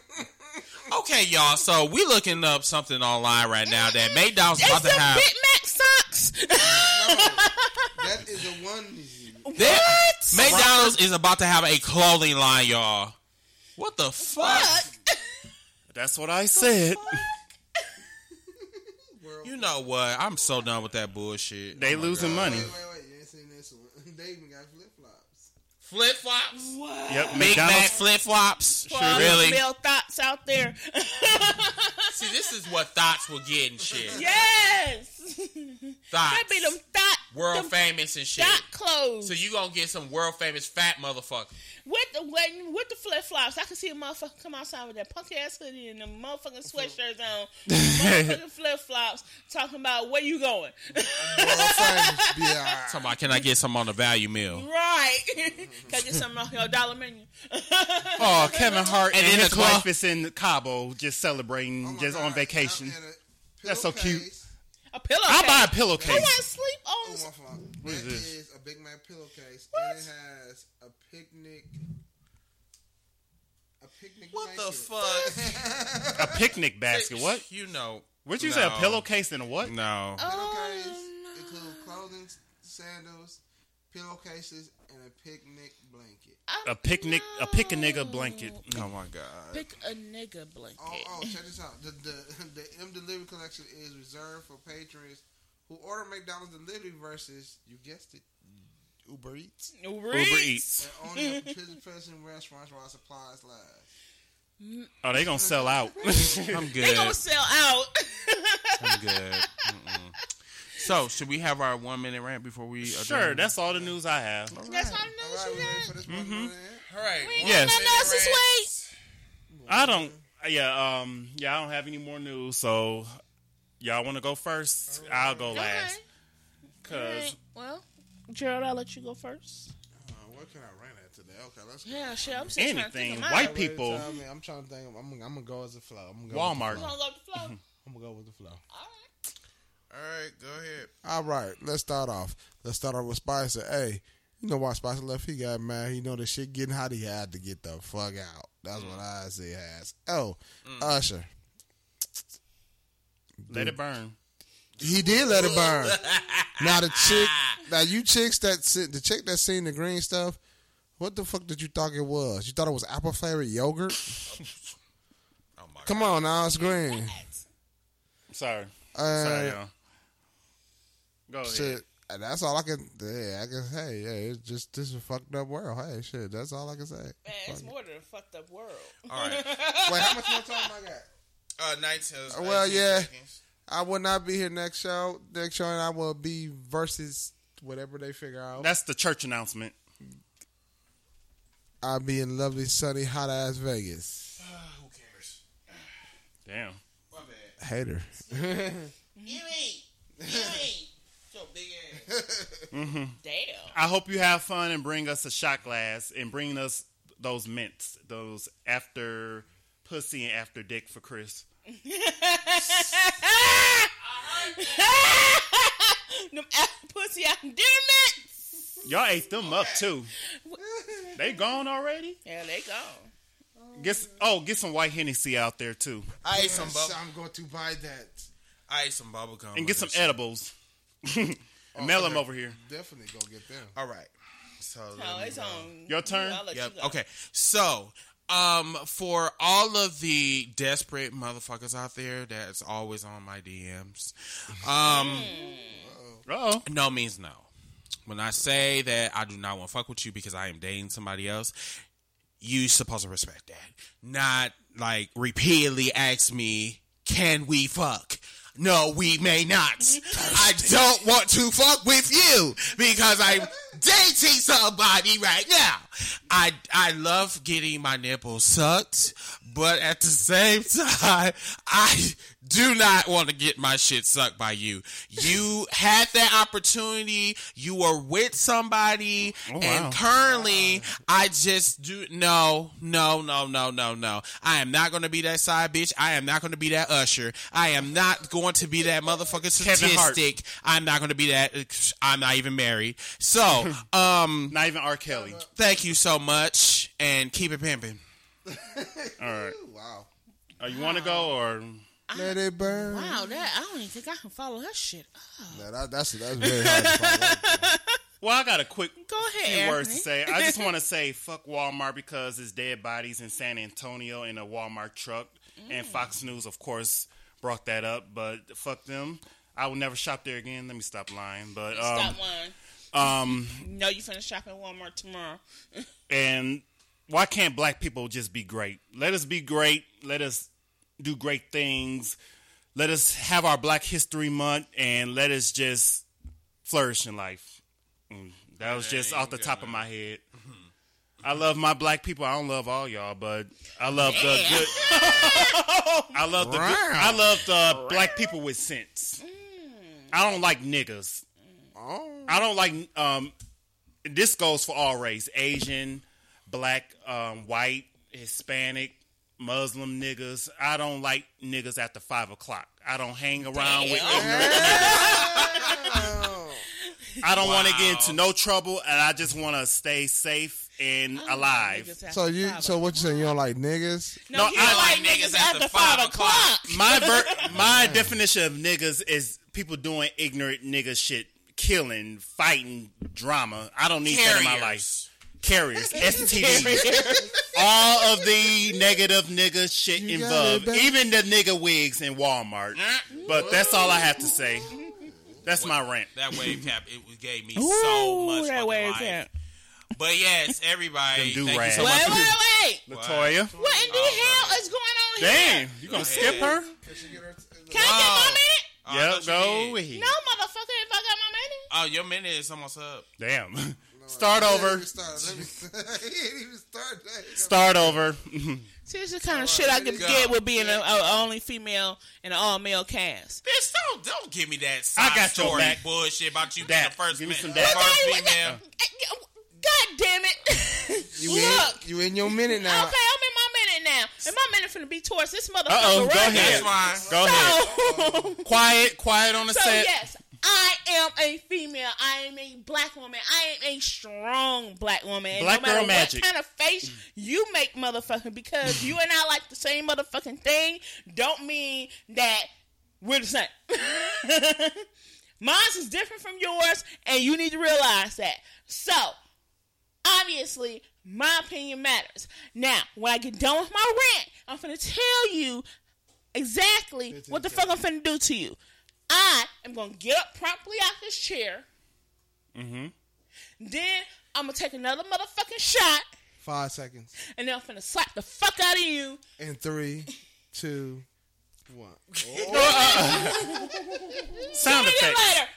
S3: Okay, y'all. So we looking up something online right now that McDonald's
S1: It's
S3: about
S1: the
S3: to have.
S1: Big Mac socks.
S4: That is a onesie.
S3: They're- McDonald's is about to have a clothing line, y'all. What the fuck?
S2: That's what I said.
S3: You know what? I'm so done with that bullshit. Oh
S2: They losing money.
S4: Wait, wait, you ain't seen this one. They even got flip flops.
S3: Flip flops.
S2: Yep,
S3: Big Mac
S2: McDonald's.
S3: flip flops.
S1: For all
S3: Really?
S1: the male thoughts out there.
S3: See, this is what thoughts were getting shit.
S1: yes.
S3: Thoughts.
S1: That be them thought
S3: world
S1: them
S3: famous and shit.
S1: thought clothes
S3: So you gonna get some world famous fat motherfucker.
S1: with the wedding, with the flip flops. I can see a motherfucker come outside with that punk ass hoodie and the motherfucking sweatshirts on, motherfucking flip flops, talking about where you going.
S4: Yeah.
S3: Talking about, can I get some on the value meal?
S1: right? Can I get something off your dollar menu?
S2: Oh, Kevin Hart and,
S3: And in
S2: his
S3: the club.
S8: Oh
S1: Oh
S2: wife is in Cabo, just celebrating, just on vacation. That's so cute.
S1: A pillow.
S2: I'll buy a
S1: Who
S2: pillowcase.
S1: wants sleep on?
S8: Oh, my fault.
S2: What is
S8: That
S2: this?
S8: is a Big Mac pillowcase,
S1: What?
S8: and it has a picnic. A picnic.
S7: What the
S8: blanket.
S7: fuck?
S2: A picnic basket. What?
S3: You know.
S2: Would you say a
S3: No.
S2: pillowcase and a what?
S3: No.
S1: Oh,
S8: Pillowcase include clothing, sandals, pillowcases, and a picnic blanket.
S1: I-
S2: A picnic, a pick a nigga blanket.
S3: Oh my god.
S1: um, Pick a nigga blanket.
S8: Oh, oh, check this out. The, the the M delivery collection is reserved for patrons who order McDonald's delivery versus you guessed it, Uber Eats,
S1: Uber
S2: Uber
S1: Eats.
S2: Eats.
S8: and only at participating restaurants while supplies last.
S2: Oh, they gonna sell out.
S1: They
S3: I'm good.
S1: gonna sell out.
S3: I'm good. Mm-mm. So, should we have our one minute rant before we? are
S2: sure,
S3: done?
S2: that's all the news I have.
S1: That's all the
S8: All
S1: news
S8: right,
S1: you
S8: we ready for
S1: got.
S8: this
S2: Mm-hmm.
S8: one? man?
S7: All right.
S1: We ain't
S2: Yes.
S1: got nothing else this week.
S2: I don't. Yeah, um, yeah, I don't have any more news. So, y'all want to go first? I'll go last. Cause
S1: Alright, Well, Gerald, I'll let you go first.
S8: Uh, what can I rant at today? Okay, let's go.
S1: Yeah, shit. I'm still trying to think
S2: anything,
S1: of mine.
S2: white people,
S8: I mean, I'm trying to think. I'm, I'm, gonna go as a flow. I'm gonna go
S2: Walmart.
S1: You gonna go with the flow?
S8: I'm gonna go with the flow.
S1: All
S7: All right. Go ahead.
S4: All right, let's start off. Let's start off with Spicer. Hey, you know why Spicer left? He got mad. He know the shit getting hot. He had to get the fuck out. That's what
S2: Mm.
S4: I say. Has oh, Usher.
S2: let it burn.
S4: He did let it burn. now the chick, now you chicks that se- the chick that seen the green stuff. What the fuck did you thought it was? You thought it was apple flavored yogurt?
S3: Oh my
S4: Come on, now it's green.
S2: Sorry,
S4: Uh,
S2: sorry, y'all. Go ahead.
S4: shit. And that's all I can. Yeah, I can say. Yeah, it's just this is a fucked up world. Hey, shit. That's all I can say.
S1: Man, it's more than a fucked up world.
S7: All right.
S4: Wait, how much more time I got?
S7: Uh, 19.
S4: Well,
S7: 19
S4: yeah.
S7: seconds.
S4: I will not be here next show. Next show, and I will be versus whatever they figure out.
S2: That's the church announcement.
S4: I'll be in lovely, sunny, hot ass Vegas.
S7: Uh,
S3: Oh,
S7: who cares?
S2: Damn.
S7: My bad.
S4: Hater.
S1: Damn.
S2: I hope you have fun and bring us a shot glass and bring us those mints, those after pussy and after dick for Chris.
S1: Them apple pussy out dinner mints.
S2: Y'all ate them up too. They gone already?
S1: Yeah, they gone.
S2: Get s- oh, get some white Hennessy out there too,
S3: I ate some
S8: So
S3: bubble.
S8: I'm going to buy that.
S3: I ate some bubble gum.
S2: and get some
S3: with this.
S2: edibles. Mel 'em over here.
S8: Definitely go get them.
S3: All right. So. let
S1: No,
S3: me
S1: Oh, it's
S3: go.
S1: on.
S2: Your turn?
S1: I'll let
S3: Yep.
S1: you go.
S3: Okay. So, um, for all of the desperate motherfuckers out there that's always on my DMs, um,
S2: Oh,
S3: no means no. When I say that I do not want to fuck with you because I am dating somebody else, you supposed to respect that. Not like repeatedly ask me, "Can we fuck?" No, we may not. I don't want to fuck with you because I'm dating somebody right now. I I love getting my nipples sucked, but at the same time, I do not want to get my shit sucked by you. You had that opportunity. You were with somebody,
S2: Oh, wow.
S3: and currently I just do no, no, no, no, no, no. I am not gonna be that side bitch. I am not gonna be that usher. I am not going to be that motherfucking
S2: Kevin Hart.
S3: statistic. I'm not gonna be that I'm not even married. So, um
S2: not even R. Kelly.
S3: thank you so much and keep it pimping.
S2: All right.
S8: Wow.
S2: Uh, you want to go or
S4: Let it burn.
S1: Wow, that I don't even think I can follow her shit. up.
S4: Now, that- that's that's very hard. To follow.
S2: Well, I got a quick
S1: Go ahead.
S2: few words to
S1: Anthony.
S2: say. I just want to say fuck Walmart because it's dead bodies in San Antonio in a Walmart truck. And Fox News, of course, brought that up, but fuck them. I will never shop there again. Let me stop lying. But um,
S1: Stop lying.
S2: um
S1: No, you finna shop at Walmart tomorrow.
S2: and why can't black people just be great? Let us be great. Let us do great things. Let us have our Black History Month and let us just flourish in life. Mm, That was just off the top of my head. I love my black people. I don't love all y'all, but I love the good. I love the good, I love the black people with sense. I don't like niggas.
S8: Oh.
S2: I don't like um this goes for all race asian black um, white hispanic Muslim niggas. I don't like niggas after five o'clock. I don't hang around with.
S1: Damn.
S2: ignorant niggas. I don't want to get into no trouble, and I just want to stay safe and alive.
S4: So you, so what you saying? You don't like niggas?
S1: No, you don't like niggas after five o'clock.
S2: My ver- my definition of niggas is people doing ignorant nigga shit, killing, fighting, drama. I don't need that in my life.
S3: Carriers.
S2: Carriers, STDs, all of the negative nigga shit
S4: You got
S2: involved,
S4: it, babe.
S2: even the nigga wigs in Walmart. But that's all I have to say. That's my rant.
S3: That wave cap, it gave me so
S1: Ooh,
S3: much.
S1: that
S3: fucking
S1: wave
S3: life.
S1: cap.
S3: But yes,
S2: Them
S3: everybody. Thank you
S2: do-rags.
S3: so
S1: Wait,
S3: much.
S1: wait, wait.
S2: Latoya,
S1: What in the hell is going on here?
S2: damn, you gonna skip her?
S1: Can I get my
S3: Wow.
S1: minute?
S3: Oh, I
S2: Yep,
S3: thought you
S2: go
S3: did.
S2: ahead.
S1: No, motherfucker, if I got my minute.
S3: Oh, your minute is almost up.
S2: Damn, start
S8: Let me
S2: over.
S8: start. Let me start. He didn't even start that.
S2: Start over.
S1: See, this is the kind of shit I could
S3: go.
S1: get with being a, a only female and an all male cast.
S3: Bitch, don't don't give me that side
S2: I got your
S3: story
S2: back.
S3: bullshit about you being
S2: That.
S3: the first
S2: Give me
S3: man-
S2: some that.
S3: first
S1: Hey, what the-
S3: female.
S1: God damn it!
S4: You
S1: Look,
S4: in? You in your minute
S1: okay,
S4: now?
S1: I'm in my minute now, and my minute finna be towards this motherfucker
S2: Uh-oh,
S1: right
S2: go
S1: now.
S2: ahead.
S3: That's fine.
S2: Go ahead.
S1: So,
S2: Quiet, quiet on the
S1: so
S2: set.
S1: yes, I am a female. I am a black woman. I am a strong black woman. And
S2: Black
S1: no matter
S2: girl magic.
S1: What kind of face you make, motherfucker, because you and I like the same motherfucking thing, don't mean that we're the same. Mine's is different from yours, and you need to realize that. So, obviously, my opinion matters. Now, when I get done with my rant, I'm gonna tell you exactly what the fuck I'm finna do to you. I am gonna get up promptly out this chair. Mm-hmm. Then I'm gonna take another motherfucking shot,
S4: Five seconds.
S1: and then I'm finna slap the fuck out of you.
S4: And three, two, one.
S2: Sound
S1: See you
S2: effects.
S1: later.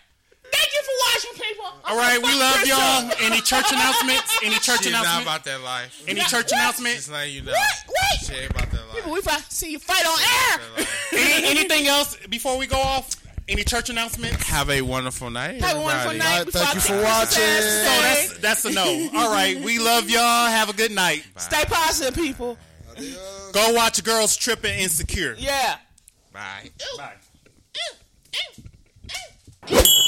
S1: Thank you for watching, people.
S2: All right, we love y'all. Any church announcements? Any church
S3: She's not
S2: announcements?
S3: about that life.
S2: Any church announcements?
S3: Just letting you know.
S1: Wait,
S3: She
S1: wait.
S3: ain't about that life.
S1: People, we fi- see you fight on air.
S3: That life.
S2: Any, anything else before we go off? Any church announcements?
S3: Have a wonderful night.
S1: Have a wonderful
S3: everybody.
S1: night.
S4: Alright,
S1: before
S4: thank you
S1: I
S4: for
S1: kick this ass
S4: watching.
S2: So
S1: today.
S2: that's that's a no. All right, we love y'all. Have a good night.
S1: Stay positive, people.
S2: Go watch Girls Tripping Insecure.
S1: Yeah.
S3: Bye.
S1: Mm,
S2: Bye.
S1: Ew, ew, ew.